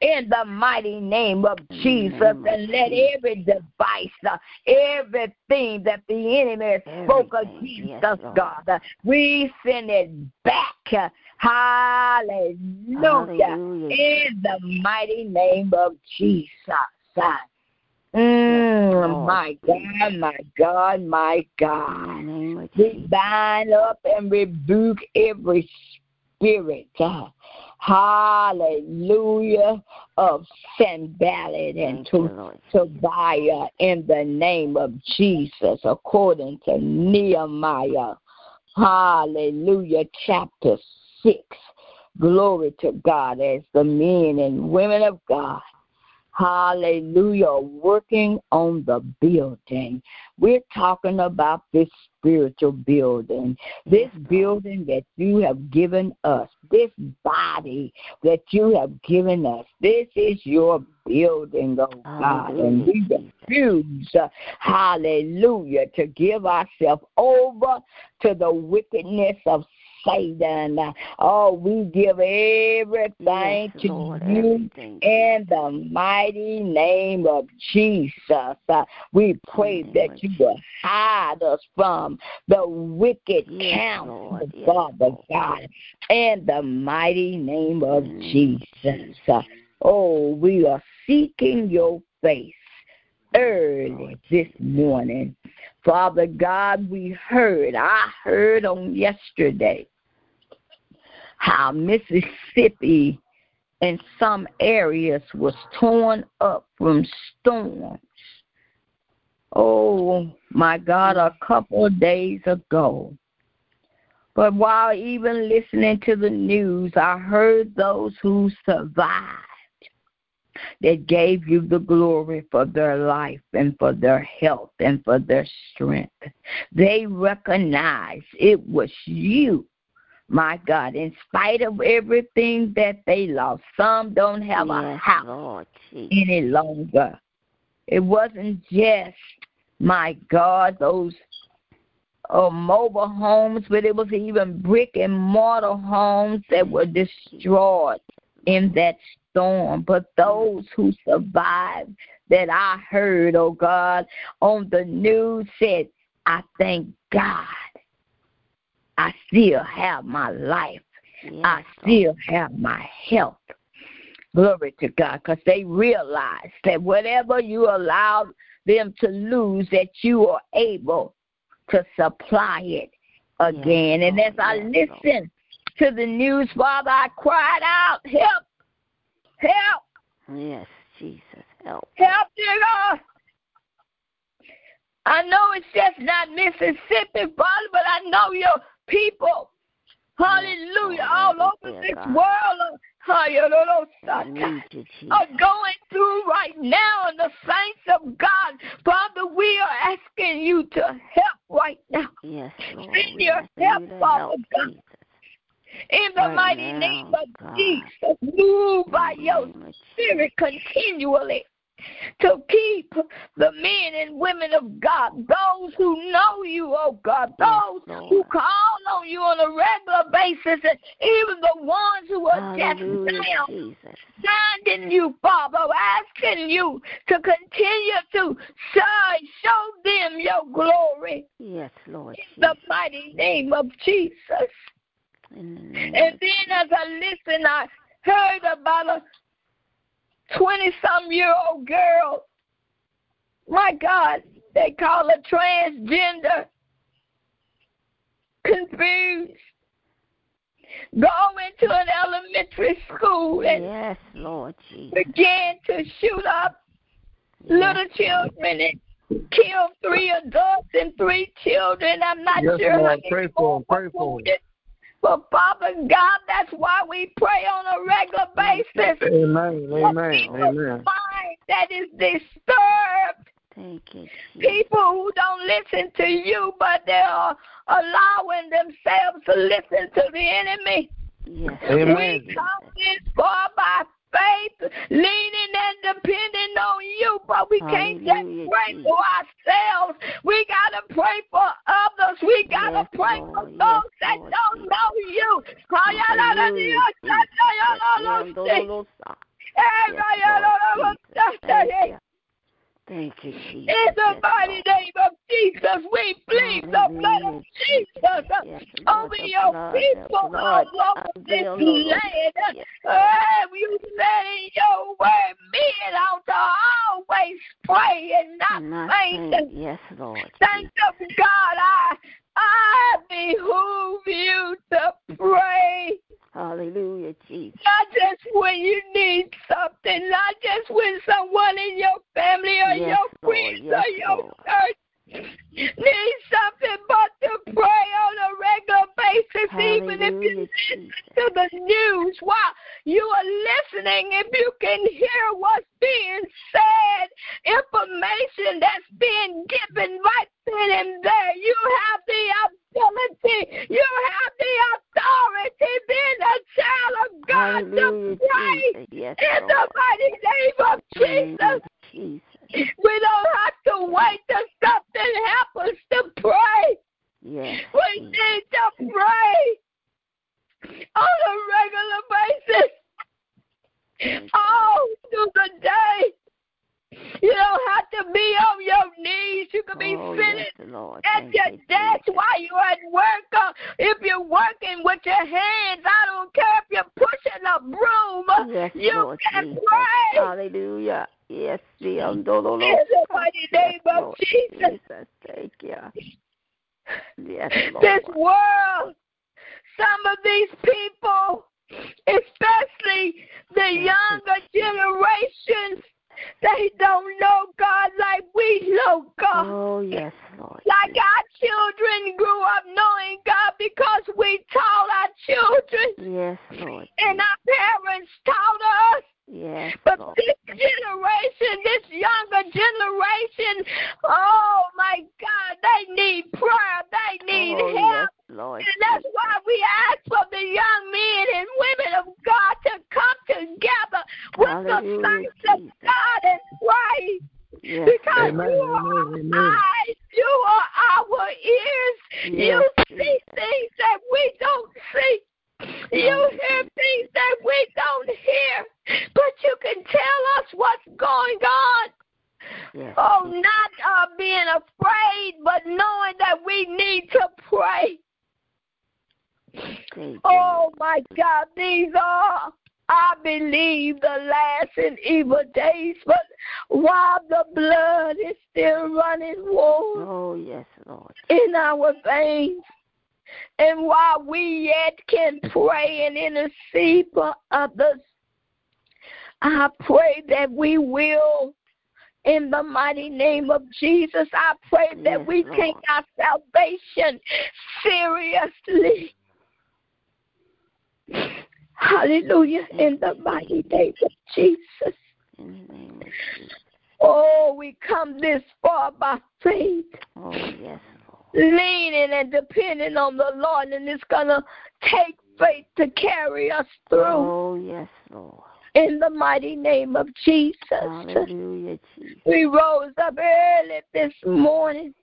S1: in the mighty name of Jesus. Amen. And let every device, uh, everything that the enemy everything. spoke against yes, us, Lord. God, uh, we send it back. Uh, hallelujah. hallelujah. In the mighty name of Jesus. Mm, Lord, my God, my God, my God. We bind up and rebuke every spirit. God. Hallelujah of Sanballat and to Tobiah in the name of Jesus, according to Nehemiah. Hallelujah, chapter 6. Glory to God as the men and women of God. Hallelujah, working on the building. We're talking about this spiritual building, this building that you have given us, this body that you have given us. This is your building, oh God, and we refuse, uh, hallelujah, to give ourselves over to the wickedness of Satan. Oh, we give everything yes, to Lord, you everything. in the mighty name of Jesus. Uh, we pray that you will hide us from the wicked yes, counsel, Lord, yes, Father Lord. God, in the mighty name of mm. Jesus. Uh, oh, we are seeking your face early this morning. Father God, we heard, I heard on yesterday how Mississippi in some areas was torn up from storms. Oh my God, a couple of days ago. But while even listening to the news, I heard those who survived that gave you the glory for their life and for their health and for their strength. They recognized it was you, my God, in spite of everything that they lost. Some don't have a
S2: Yes,
S1: house
S2: Lord Jesus.
S1: any longer. It wasn't just, my God, those uh, mobile homes, but it was even brick and mortar homes that were destroyed in that storm. But those who survived that I heard, oh God, on the news said, I thank God I still have my life. I
S2: Yes, Lord.
S1: still have my health. Glory to God, because they realized that whatever you allowed them to lose, that you are able to supply it again. and as I
S2: Yes, Lord.
S1: listened to the news, Father, I cried out, help, help,
S2: Yes, Jesus. Help.
S1: help, dear God. uh, I know it's just not Mississippi, Father, but I know your people. Hallelujah,
S2: Lord,
S1: all
S2: yes,
S1: over
S2: dear
S1: this
S2: Oh, God.
S1: world. uh, Hallelujah,
S2: I need you, Jesus.
S1: are going through right now in the saints of God. Father, we are asking you to help right now
S2: Yes, Lord.
S1: Send
S2: We
S1: your
S2: ask
S1: help,
S2: you to
S1: Father
S2: help,
S1: God.
S2: Jesus.
S1: in the
S2: Right
S1: mighty
S2: now,
S1: name of
S2: God.
S1: Jesus. Move by
S2: In the
S1: your
S2: name of
S1: spirit continually to keep the men and women of God, those who know you, oh God, those who
S2: Lord.
S1: call on you on a regular basis, and even the ones who are just
S2: Hallelujah,
S1: down
S2: Jesus.
S1: standing you, Father, asking you to continue to shine, show them your glory
S2: Yes, Lord
S1: in the
S2: Jesus.
S1: mighty name of Jesus.
S2: In the name
S1: And
S2: of
S1: then as I listened, I heard about a 20 some year old girl. My God, they call her transgender. Confused. Going to an elementary school and
S2: Yes, Lord Jesus.
S1: began to shoot up little
S2: Yes,
S1: children and killed three adults and three children. I'm not
S3: Yes,
S1: sure how
S3: Lord.
S1: many
S3: Pray for
S1: more
S3: 'em.
S1: were
S3: Pray for 'em.
S1: wounded. But Father God, that's why we pray on a regular basis.
S3: Amen. Amen.
S1: People
S3: Amen.
S1: mind that is disturbed.
S2: Thank you, Jesus.
S1: People who don't listen to you, but they are allowing themselves to listen to the enemy.
S2: Yes,
S3: Amen.
S1: We come this far by faith, leaning and depending on you, but we can't
S2: Hallelujah,
S1: just pray for ourselves. We gotta pray for others. We gotta
S2: Yes,
S1: pray for
S2: Lord. Yes,
S1: those that
S2: Lord
S1: don't
S2: Jesus.
S1: know you.
S2: Hallelujah,
S1: Hallelujah.
S2: Jesus.
S1: Hallelujah.
S2: Thank you, Jesus.
S1: In the
S2: Yes,
S1: mighty
S2: Lord.
S1: name of Jesus, we plead the blood of
S2: Hallelujah,
S1: Jesus
S2: Yes, Lord,
S1: over
S2: the
S1: your
S2: blood, the
S1: people
S2: blood,
S1: all over
S2: of
S1: this
S2: the Lord.
S1: land.
S2: Yes, Lord.
S1: Oh, you said in your word, men ought to always pray and
S2: Not
S1: not faint.
S2: faint. Yes, Lord.
S1: Thank of God, I, I behoove you to pray.
S2: Hallelujah, Jesus.
S1: Not just when you need something, not just when someone in your family or
S2: Yes,
S1: your
S2: Lord.
S1: friends
S2: Yes,
S1: or your
S2: Lord.
S1: church need something but to pray on a regular basis, even if you
S2: Hallelujah,
S1: listen
S2: Jesus.
S1: to the news while you are listening, if you can hear what's being said, information that's being given right then and there, you have the ability, you have the authority, being a child of God,
S2: Hallelujah,
S1: to pray
S2: Jesus. Yes,
S1: in
S2: Lord.
S1: the mighty name of Jesus.
S2: Hallelujah, Jesus.
S1: We don't have to wait till something happens to pray.
S2: Yes.
S1: We
S2: Jesus.
S1: need to pray on a regular basis all through the day. You don't have to be on your knees. You can be
S2: Oh,
S1: sitting
S2: yes, Lord.
S1: at
S2: Thank
S1: your
S2: you,
S1: desk
S2: Jesus.
S1: while you're at work. Or if you're working with your hands, I don't care if you're pushing a broom.
S2: Yes,
S1: you
S2: Lord
S1: can
S2: Jesus.
S1: pray.
S2: Hallelujah. Yes, the Andolo.
S1: In the mighty name
S2: yes,
S1: of
S2: Lord
S1: Jesus.
S2: Jesus. Thank you. Yes, Lord.
S1: This world, some of these people especially the younger generations. They don't know God like we know God.
S2: Oh, yes, Lord.
S1: Like our children grew up knowing God because we taught our children
S2: Yes, Lord.
S1: and our parents taught us.
S2: Yes,
S1: But
S2: Lord.
S1: this generation, this younger generation, oh my God, they need prayer. They need
S2: Oh,
S1: help.
S2: yes, Lord.
S1: And that's why we ask for the young men and women of God to come together with
S2: Hallelujah,
S1: the saints of
S2: Jesus.
S1: God and pray.
S2: Yes,
S1: Because
S3: Amen,
S1: you are
S3: amen,
S1: our
S3: amen.
S1: eyes, you are our ears. you
S2: Yes,
S1: see
S2: Jesus.
S1: things that we don't see. You
S2: Hallelujah.
S1: hear things that we don't hear. But you can tell us what's going on.
S2: yes.
S1: Oh, not uh, being afraid, but knowing that we need to pray.
S2: Thank you,
S1: Oh my God, these are, I believe, the last and evil days, but while the blood is still running warm
S2: Lord. Oh, yes, Lord.
S1: in our veins, and while we yet can pray and intercede for others, I pray that we will. In the mighty name of Jesus, I pray that
S2: Yes,
S1: we
S2: Lord.
S1: take our salvation seriously. Hallelujah. In the mighty name of Jesus.
S2: In the name of Jesus.
S1: Oh, we come this far by faith,
S2: Oh, yes, Lord.
S1: leaning and depending on the Lord, and it's going to take faith to carry us through.
S2: Oh, yes, Lord.
S1: In the mighty name of Jesus.
S2: Hallelujah, Jesus.
S1: We rose up early this morning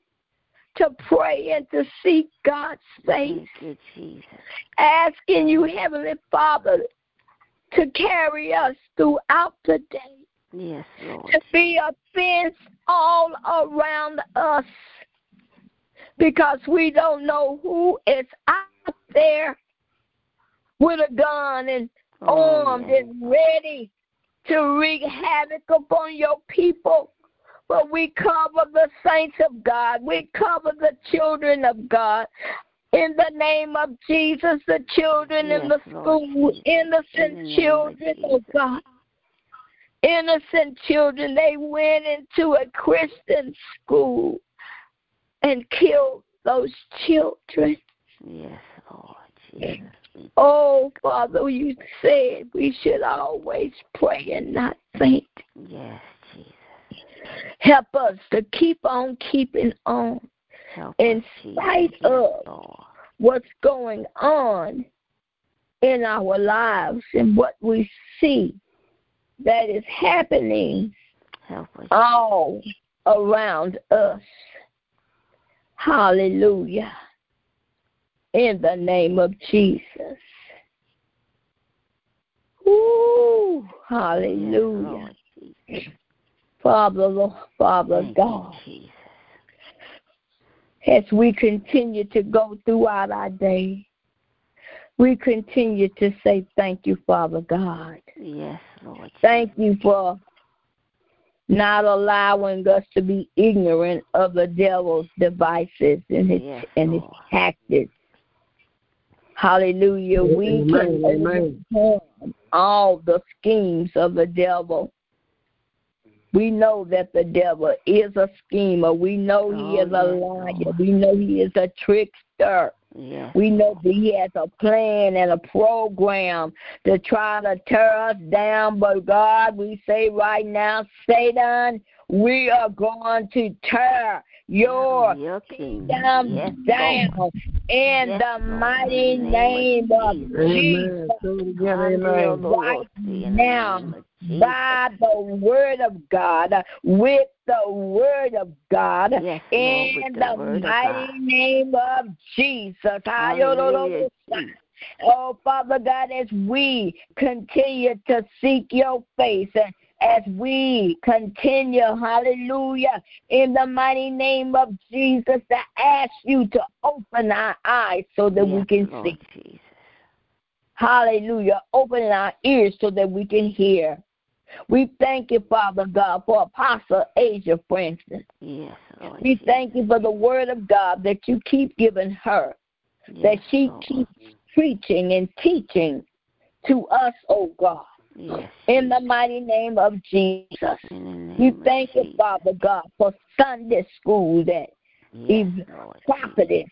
S1: to pray and to seek God's face.
S2: Thank you, Jesus.
S1: asking you, Heavenly Father, to carry us throughout the day,
S2: Yes, Lord.
S1: to be a fence all around us, because we don't know who is out there with a gun and
S2: Oh,
S1: armed
S2: yes.
S1: and ready to wreak havoc upon your people. But we cover the saints of God. We cover the children of God. In the name of Jesus, the children in the
S2: Yes, Lord
S1: school,
S2: Jesus.
S1: innocent
S2: In the name of
S1: children of
S2: Jesus.
S1: God. Innocent children, they went into a Christian school and killed those children.
S2: Yes, Lord Jesus.
S1: Oh, Father, you said we should always pray and not faint.
S2: Yes, Jesus.
S1: Help us to keep on keeping on
S2: Help
S1: In
S2: us, Jesus.
S1: spite
S2: Yes,
S1: of-
S2: Lord.
S1: what's going on in our lives and what we see that is happening
S2: Help us.
S1: all around us. Hallelujah. In the name of Jesus. Ooh,
S2: Yes,
S1: hallelujah.
S2: Lord Jesus.
S1: Father, Lord, Father
S2: Thank
S1: God,
S2: you, Jesus.
S1: as we continue to go throughout our day, we continue to say thank you, Father God.
S2: Yes, Lord.
S1: Thank you for not allowing us to be ignorant of the devil's devices and his
S2: Yes,
S1: and his
S2: Lord.
S1: tactics. Hallelujah. We
S3: Amen,
S1: can
S3: amen.
S1: overcome all the schemes of the devil. We know that the devil is a schemer. We know he
S2: Oh,
S1: is a
S2: yes,
S1: liar.
S2: Lord.
S1: We know he is a trickster.
S2: Yes.
S1: We know that he has a plan and a program to try to tear us down, but God, we say right now, Satan, we are going to tear your
S2: Your kingdom.
S1: kingdom
S2: Yes,
S1: down
S2: Lord.
S1: in
S2: Yes,
S1: the
S2: Lord.
S1: mighty
S2: In the
S1: name of
S3: Amen.
S1: Jesus.
S3: Say it again,
S2: Come, dear
S3: amen.
S2: Lord,
S1: Right
S2: in the
S1: now,
S2: name of Jesus.
S1: By the word of God, with the word of God,
S2: Yes, Lord,
S1: in
S2: with
S1: the,
S2: word of
S1: mighty
S2: God.
S1: name of Jesus.
S2: Hallelujah, Jesus.
S1: Oh, Father God, as we continue to seek your face and as we continue, hallelujah, in the mighty name of Jesus, to ask you to open our eyes so that we
S2: Yes,
S1: can
S2: Lord
S1: see.
S2: Jesus.
S1: Hallelujah. Open our ears so that we can hear. We thank you, Father God, for Apostle Asia, for instance.
S2: Yes, Lord
S1: We
S2: Jesus.
S1: thank you for the word of God that you keep giving her that
S2: Yes,
S1: she
S2: Lord.
S1: keeps preaching and teaching to us, oh God.
S2: Yes.
S1: In the mighty name of Jesus.
S2: In the name
S1: We
S2: of
S1: thank you,
S2: Jesus.
S1: Father God, for Sunday school that
S2: Yes,
S1: Eve-
S2: Lord.
S1: prophetess.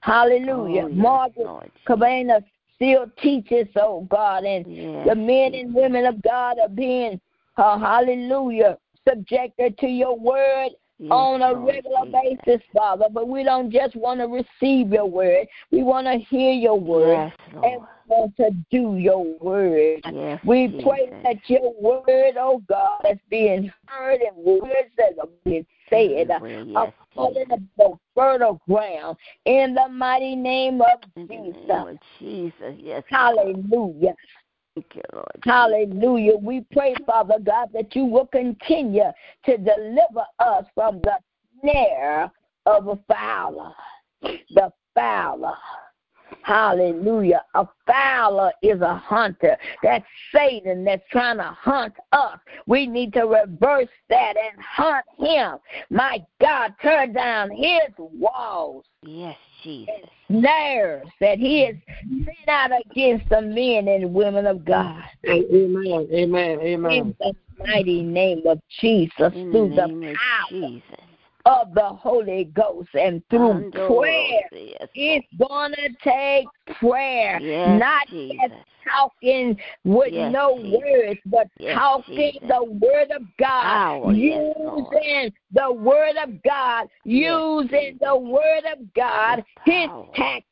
S1: Hallelujah.
S2: Oh, yes,
S1: Margaret
S2: Lord.
S1: Cabana still teaches, oh God, and
S2: Yes,
S1: the men
S2: Jesus.
S1: and women of God are being, uh, hallelujah, subjected to your word
S2: Yes,
S1: on a
S2: Lord
S1: regular
S2: Jesus.
S1: basis, Father. But we don't just want to receive your word, we want to hear your word
S2: Yes,
S1: and
S2: Lord.
S1: we want to do your word.
S2: Yes,
S1: We
S2: Jesus.
S1: pray that your word, oh God, is being heard and words that are being said
S2: Everywhere, yes,
S1: upon
S2: Jesus.
S1: the fertile ground in the mighty name of
S2: In the name
S1: Jesus.
S2: of Jesus. Yes.
S1: Hallelujah.
S2: Thank you, Lord.
S1: Hallelujah. We pray, Father God, that you will continue to deliver us from the snare of a fowler. The fowler. Hallelujah. A fowler is a hunter. That's Satan that's trying to hunt us. We need to reverse that and hunt him. My God, turn down his walls
S2: Yes, Jesus.
S1: snares that he has sent out against the men and women of God.
S3: Amen. Amen.
S1: In
S3: Amen.
S1: the mighty name of Jesus,
S2: In the
S1: through
S2: name
S1: the
S2: of
S1: power
S2: Jesus.
S1: of the Holy Ghost and through
S2: Under
S1: prayer.
S2: the Lord, Yes,
S1: It's going to take prayer,
S2: Yes,
S1: not
S2: Jesus.
S1: just talking with
S2: Yes,
S1: no
S2: Jesus.
S1: words, but
S2: Yes,
S1: talking
S2: Jesus.
S1: the Word of God,
S2: Power, yes, Lord.
S1: using the Word of God,
S2: Yes,
S1: using
S2: Jesus.
S1: the Word of God, His
S2: Power.
S1: tactics.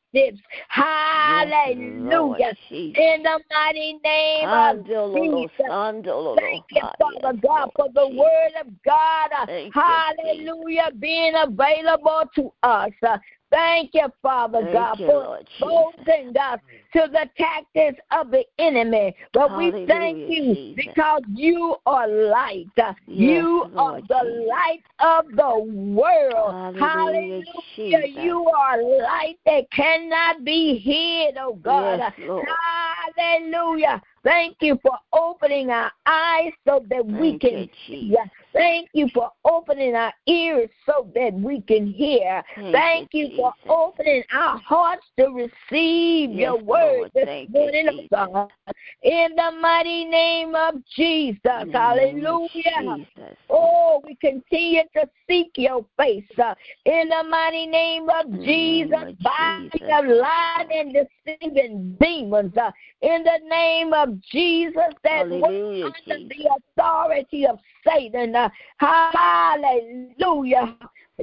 S1: Hallelujah.
S2: Yes, Lord Jesus.
S1: In the mighty name of
S2: Andololo,
S1: Jesus.
S2: andololo.
S1: Thank you,
S2: Ah,
S1: Father
S2: yes,
S1: God, for
S2: Lord
S1: the
S2: Jesus.
S1: word of God. uh,
S2: Thank you,
S1: Hallelujah, being available to us. Uh, Thank you, Father
S2: Thank
S1: God,
S2: you,
S1: for
S2: Lord Jesus.
S1: exposing us to the tactics of the enemy. But we
S2: Hallelujah,
S1: thank you
S2: Jesus.
S1: because you are light. Uh, you are
S2: Lord
S1: the
S2: Jesus.
S1: light of the world.
S2: Hallelujah,
S1: Hallelujah.
S2: Jesus.
S1: You are light that cannot be hid, oh God.
S2: Yes, Lord.
S1: Hallelujah. Thank you for opening our eyes so that we
S2: Thank
S1: can
S2: you,
S1: see.
S2: Jesus.
S1: Thank you for opening our ears so that we can hear.
S2: Thank you,
S1: Thank you for
S2: Jesus.
S1: opening our hearts to receive
S2: Yes,
S1: your word
S2: Lord.
S1: this
S2: Thank you,
S1: morning, oh
S2: Jesus.
S1: God. In the mighty name of Jesus.
S2: In the name of
S1: Hallelujah.
S2: Jesus.
S1: Oh, we continue to seek your face uh, in the mighty name of
S2: In the name
S1: Jesus.
S2: of
S1: Bind
S2: Jesus.
S1: up lying and deceiving demons uh, in the name of Jesus that
S2: Hallelujah,
S1: work under
S2: Jesus.
S1: the authority of Satan. uh, hallelujah.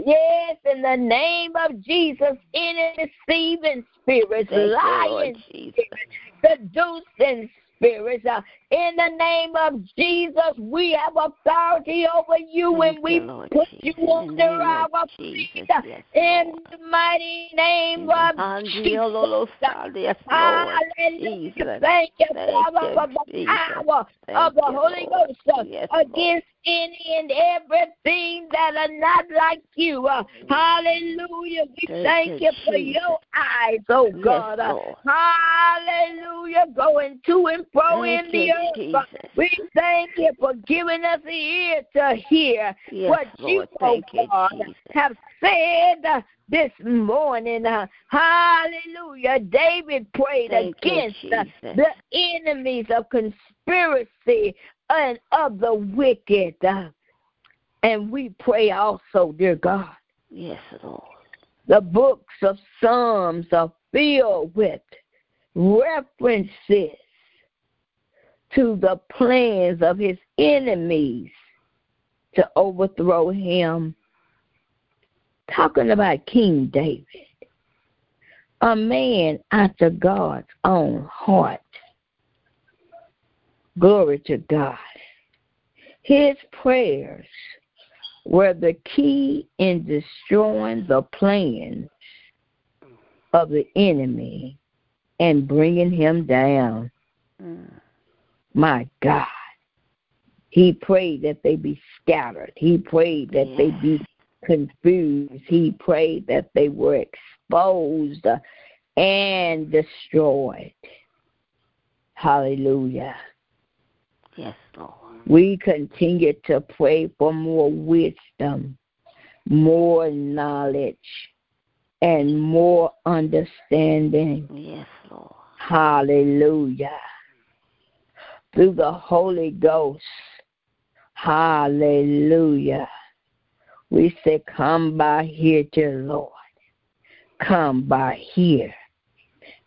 S1: Yes, in the name of Jesus, any deceiving spirits,
S2: Thank you, Lord
S1: lying
S2: Jesus.
S1: spirits, seducing spirits. Uh, in the name of Jesus, we have authority over you when
S2: Thank
S1: we
S2: you, Lord
S1: put
S2: Jesus.
S1: you
S2: In the
S1: under
S2: name of
S1: our
S2: Jesus.
S1: feet. uh,
S2: Yes,
S1: In
S2: Lord.
S1: the mighty
S2: In
S1: name
S2: the
S1: of
S2: hand of your
S1: Jesus.
S2: Lord, Father. Yes, Lord.
S1: Hallelujah.
S2: Jesus.
S1: Thank you,
S2: Thank
S1: Father,
S2: you,
S1: for the
S2: Jesus.
S1: power of
S2: Thank
S1: the
S2: you,
S1: Holy
S2: Lord.
S1: Ghost uh,
S2: Yes, Lord.
S1: against any and everything that are not like you. Uh, hallelujah. We
S2: Thank
S1: thank
S2: you,
S1: you for
S2: Jesus.
S1: your eyes, oh
S2: Yes,
S1: God. Uh,
S2: Lord.
S1: hallelujah. Going to and fro
S2: Thank
S1: in the
S2: you,
S1: earth.
S2: Jesus.
S1: We thank you for giving us the ear to hear
S2: Yes,
S1: what you,
S2: Lord. Thank
S1: oh
S2: you,
S1: God,
S2: Jesus.
S1: have said uh, this morning. Uh, hallelujah. David prayed
S2: Thank you,
S1: against uh,
S2: Jesus.
S1: the enemies of conspiracy and of the wicked. Uh, and we pray also, dear God.
S2: Yes, Lord.
S1: The books of Psalms are filled with references to the plans of his enemies to overthrow him. Talking about King David, a man after God's own heart. Glory to God. His prayers were the key in destroying the plans of the enemy and bringing him down.
S2: Mm.
S1: My God. He prayed that they be scattered. He prayed that they be confused. He prayed that they were exposed and destroyed. Hallelujah.
S2: Yes, Lord.
S1: We continue to pray for more wisdom, more knowledge, and more understanding.
S2: Yes, Lord.
S1: Hallelujah. through the Holy Ghost. Hallelujah. We say, Come by here, dear Lord. Come by here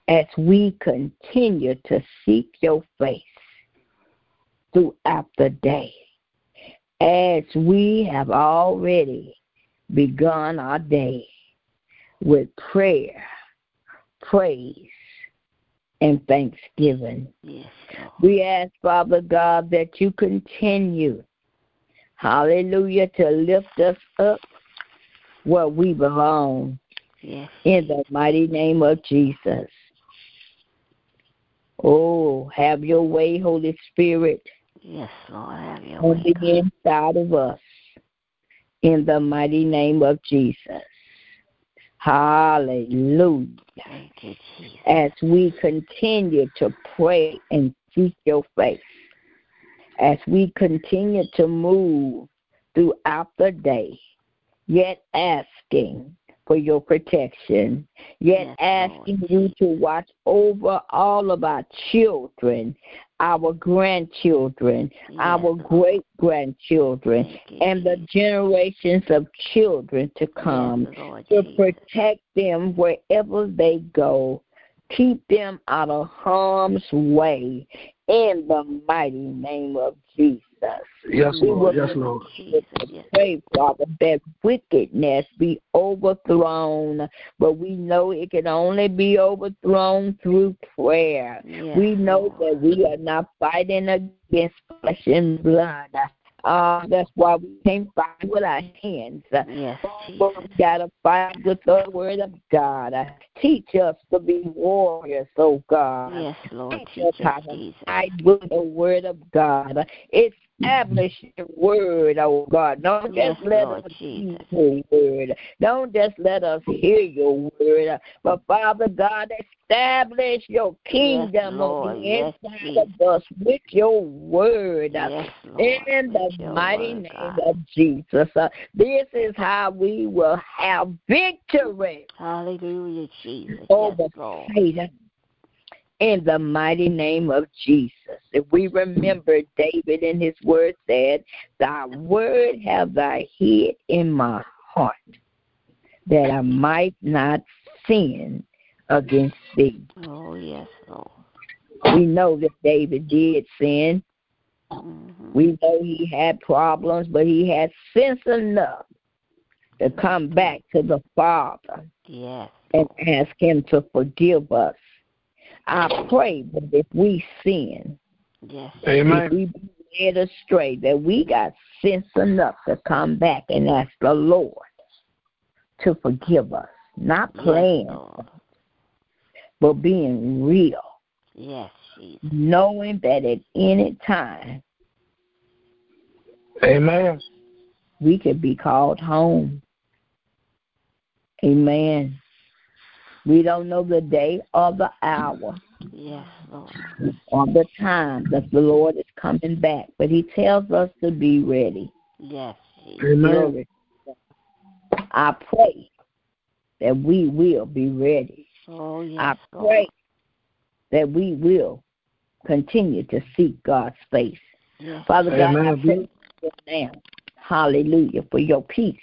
S1: as we continue to seek your face throughout the day, as we have already begun our day with prayer, praise, and thanksgiving.
S2: Yes, Lord.
S1: We ask, Father God, that you continue, hallelujah, to lift us up where we belong
S2: Yes.
S1: in the mighty name of Jesus. Oh, have your way, Holy Spirit,
S2: Yes, Lord. Have your
S1: on
S2: way.
S1: the inside of us in the mighty name of Jesus. Hallelujah.
S2: God. Thank you, Jesus.
S1: as we continue to pray and seek your face, as we continue to move throughout the day, yet asking for your protection, yet
S2: Yes,
S1: asking you to watch over all of our children, our grandchildren,
S2: Yes,
S1: our
S2: Lord.
S1: great grandchildren,
S2: Thank you,
S1: and the
S2: Jesus.
S1: generations of children to
S2: Yes,
S1: come
S2: Lord
S1: to
S2: Jesus.
S1: protect them wherever they go. Keep them out of harm's way in the mighty name of Jesus.
S3: Yes,
S1: We will
S3: Lord. Yes, Lord.
S2: Jesus. Yes.
S1: pray, Father, that wickedness be overthrown, but we know it can only be overthrown through prayer.
S2: Yes,
S1: We know
S2: Lord.
S1: that we are not fighting against flesh and blood. Uh, that's why we can't fight with our hands.
S2: Yes,
S1: But
S2: Jesus.
S1: we gotta fight with the word of God. Teach us to be warriors, oh God.
S2: Yes, Lord.
S1: Thank you,
S2: Teach us,
S1: Father.
S2: Jesus.
S1: I will the word of God. Establish your word, oh God. Don't
S2: Yes,
S1: just let
S2: Lord
S1: us
S2: Jesus.
S1: hear your word. Don't just let us hear your word. But Father God, establish your kingdom
S2: Lord.
S1: on the
S2: Yes,
S1: inside of us with your word.
S2: Yes, Lord.
S1: In the
S2: Teach your
S1: mighty
S2: word,
S1: name
S2: God.
S1: of Jesus. Uh, this is how we will have victory
S2: Hallelujah, Jesus. Yes,
S1: over
S2: Lord.
S1: Satan in the mighty name of Jesus. If we remember David and his word said, Thy word have I hid in my heart, that I might not sin against thee.
S2: Oh, yes, Lord.
S1: We know that David did sin.
S2: Mhm.
S1: We know he had problems, but he had sense enough to come back to the Father
S2: Yes.
S1: and ask him to forgive us. I pray that if we sin,
S2: Yes.
S1: if
S3: Amen.
S1: we be led astray, that we got sense enough to come back and ask the Lord to forgive us. Not
S2: Yes,
S1: playing,
S2: Lord.
S1: but being real,
S2: Yes, Jesus.
S1: knowing that at any time
S3: Amen.
S1: we could be called home. Amen. We don't know the day or the hour
S2: Yes, Lord.
S1: or the time that the Lord is coming back, but He tells us to be ready.
S2: Yes, Jesus.
S3: Amen.
S1: Glory. I pray that we will be ready.
S2: Oh,
S1: I
S2: yes,
S1: pray
S2: Lord.
S1: that we will continue to seek God's face.
S2: Yes,
S1: Father God, I
S3: Amen.
S1: pray for now. Hallelujah. For your peace.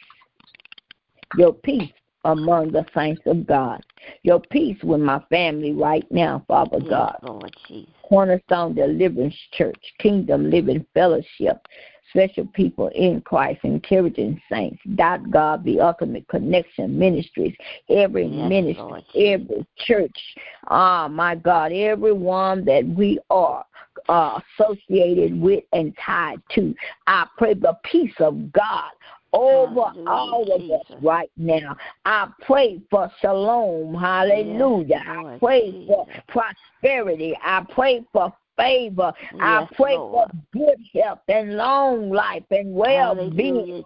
S1: Your peace among the saints of God. Your peace with my family right now, Father God.
S2: yes, Lord Jesus.
S1: Cornerstone Deliverance Church, Kingdom Living Fellowship, Special People in Christ, Encouraging Saints, Dot God, The Ultimate Connection Ministries, every
S2: Yes,
S1: ministry,
S2: Lord Jesus.
S1: every church, ah, my God, everyone that we are uh, associated with and tied to. I pray the peace of God over
S2: Hallelujah,
S1: all of us
S2: Jesus.
S1: right now. I pray for shalom. Hallelujah. I
S2: Lord
S1: pray for
S2: Jesus.
S1: prosperity. I pray for favor. I
S2: Yes,
S1: pray
S2: Lord.
S1: for good health and long life and well being.
S2: Hallelujah,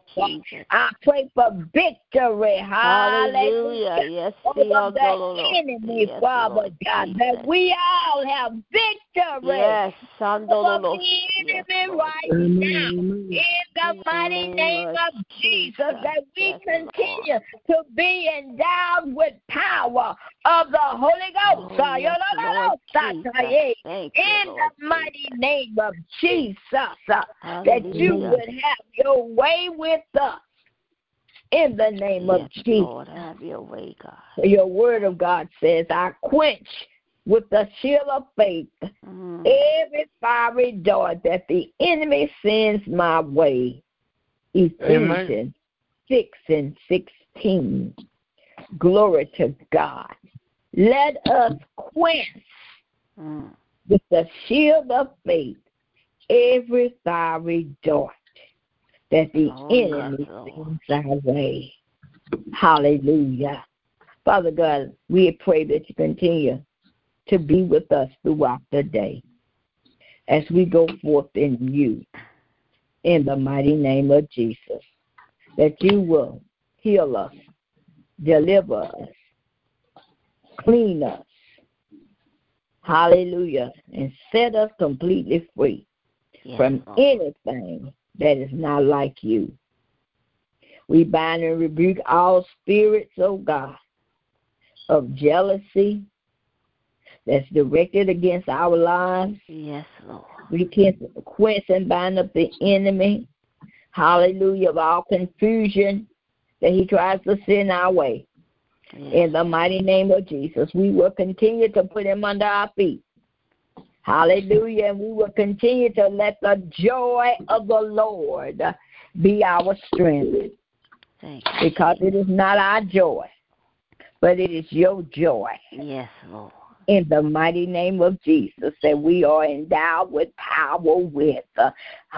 S2: Jesus.
S1: I pray for victory.
S2: Hallelujah. Yes,
S1: Over
S2: Lord.
S1: the enemy,
S2: Yes,
S1: Father
S2: Lord
S1: God,
S2: Jesus.
S1: that we all have victory
S2: Yes,
S1: over
S2: Sandololo.
S1: the
S2: Yes,
S1: enemy
S2: Lord.
S1: right now.
S3: Amen.
S1: In the mighty name of Jesus, that we
S2: Yes, Lord.
S1: continue to be endowed with power of the Holy Ghost.
S2: Oh, yes, Lord
S1: In
S2: Jesus. Thank you,
S1: the
S2: Lord
S1: the mighty name of Jesus uh, that you
S2: Hallelujah.
S1: would have your way with us in the name of
S2: Yes,
S1: Jesus.
S2: Lord, have your way, God.
S1: Your word of God says, I quench with the shield of faith
S2: Mm.
S1: every fiery dart that the enemy sends my way. Ephesians 6 and 16. Glory to God. Let us quench
S2: Mm.
S1: with the shield of faith every fiery dart that the
S2: Oh,
S1: enemy
S2: my Lord.
S1: sends our way. Hallelujah. Father God, we pray that you continue to be with us throughout the day as we go forth in you in the mighty name of Jesus, that you will heal us, deliver us, clean us. Hallelujah. And set us completely free
S2: Yes,
S1: from
S2: Lord.
S1: anything that is not like you. We bind and rebuke all spirits, oh God, of jealousy that's directed against our lives.
S2: Yes, Lord.
S1: We can quench and bind up the enemy. Hallelujah, of all confusion that he tries to send our way.
S2: Yes.
S1: In the mighty name of Jesus, we will continue to put him under our feet. Hallelujah. And we will continue to let the joy of the Lord be our strength
S2: Thank you.
S1: because it is not our joy, but it is your joy.
S2: Yes, Lord.
S1: In the mighty name of Jesus, that we are endowed with power with. uh,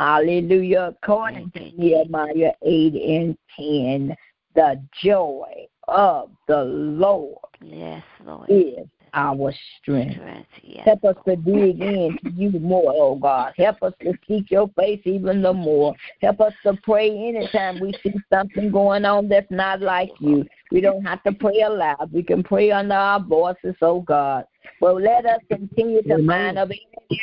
S1: hallelujah. According to Nehemiah 8 and 10, the joy of the Lord
S2: Yes, Lord.
S1: is our strength.
S2: Strength. Yes.
S1: Help us to dig in to you more, oh God. Help us to seek your face even the more. Help us to pray anytime we see something going on that's not like you. We don't have to pray aloud. We can pray under our voices, oh God. But let us continue to
S3: Amen.
S1: mind of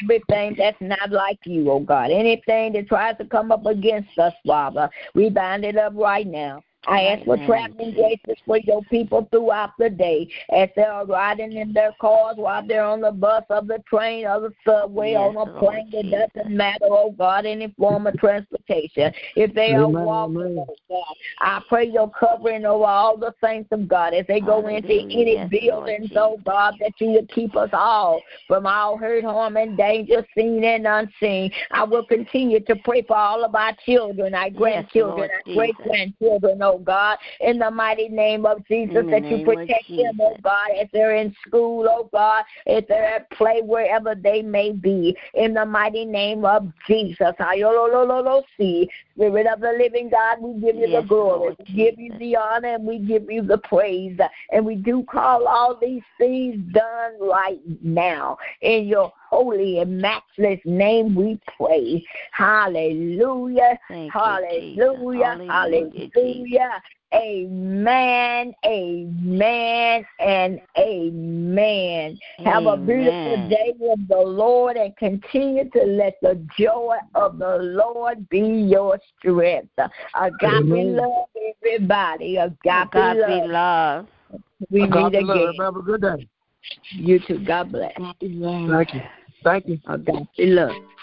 S1: everything that's not like you, oh God. Anything that tries to come up against us, Father, we bind it up right now. I ask for
S2: Amen.
S1: traveling graces for your people throughout the day as they are riding in their cars while they're on the bus or the train or the subway
S2: Yes,
S1: on a
S2: Lord
S1: plane. It
S2: Jesus.
S1: doesn't matter, oh God, any form of transportation. If they are
S3: Amen,
S1: walking,
S3: amen.
S1: oh God, I pray your covering over all the saints of God as they go into any
S2: Hallelujah. Yes, Lord
S1: building,
S2: Jesus.
S1: oh God, that you will keep us all from all hurt, harm, and danger, seen and unseen. I will continue to pray for all of our children, our grandchildren,
S2: Lord
S1: our
S2: Jesus.
S1: great grandchildren, oh God, in the mighty name of Jesus,
S2: In the
S1: that you
S2: name of
S1: protect them, oh
S2: Jesus.
S1: God, as they're in school, oh God, if they're at play, wherever they may be, in the mighty name of Jesus. Ayolololosi. Spirit of the living God, we give you
S2: Yes,
S1: the glory,
S2: Lord
S1: we give you
S2: Jesus.
S1: the honor, and we give you the praise. And we do call all these things done right now. In your holy and matchless name we pray. Hallelujah.
S2: Thank you, Jesus.
S1: Hallelujah.
S2: Hallelujah, Jesus.
S1: Hallelujah. Amen. Amen. And amen. Have a beautiful
S2: Amen.
S1: day with the Lord and continue to let the joy of the Lord be your strength. Agape
S3: Amen.
S1: love, everybody. Agape
S2: God be
S1: love.
S2: loved.
S1: We
S3: God
S1: meet
S3: bless.
S1: again.
S3: Have a good day.
S1: You too. God bless.
S3: Thank you. Thank you.
S1: Agape love.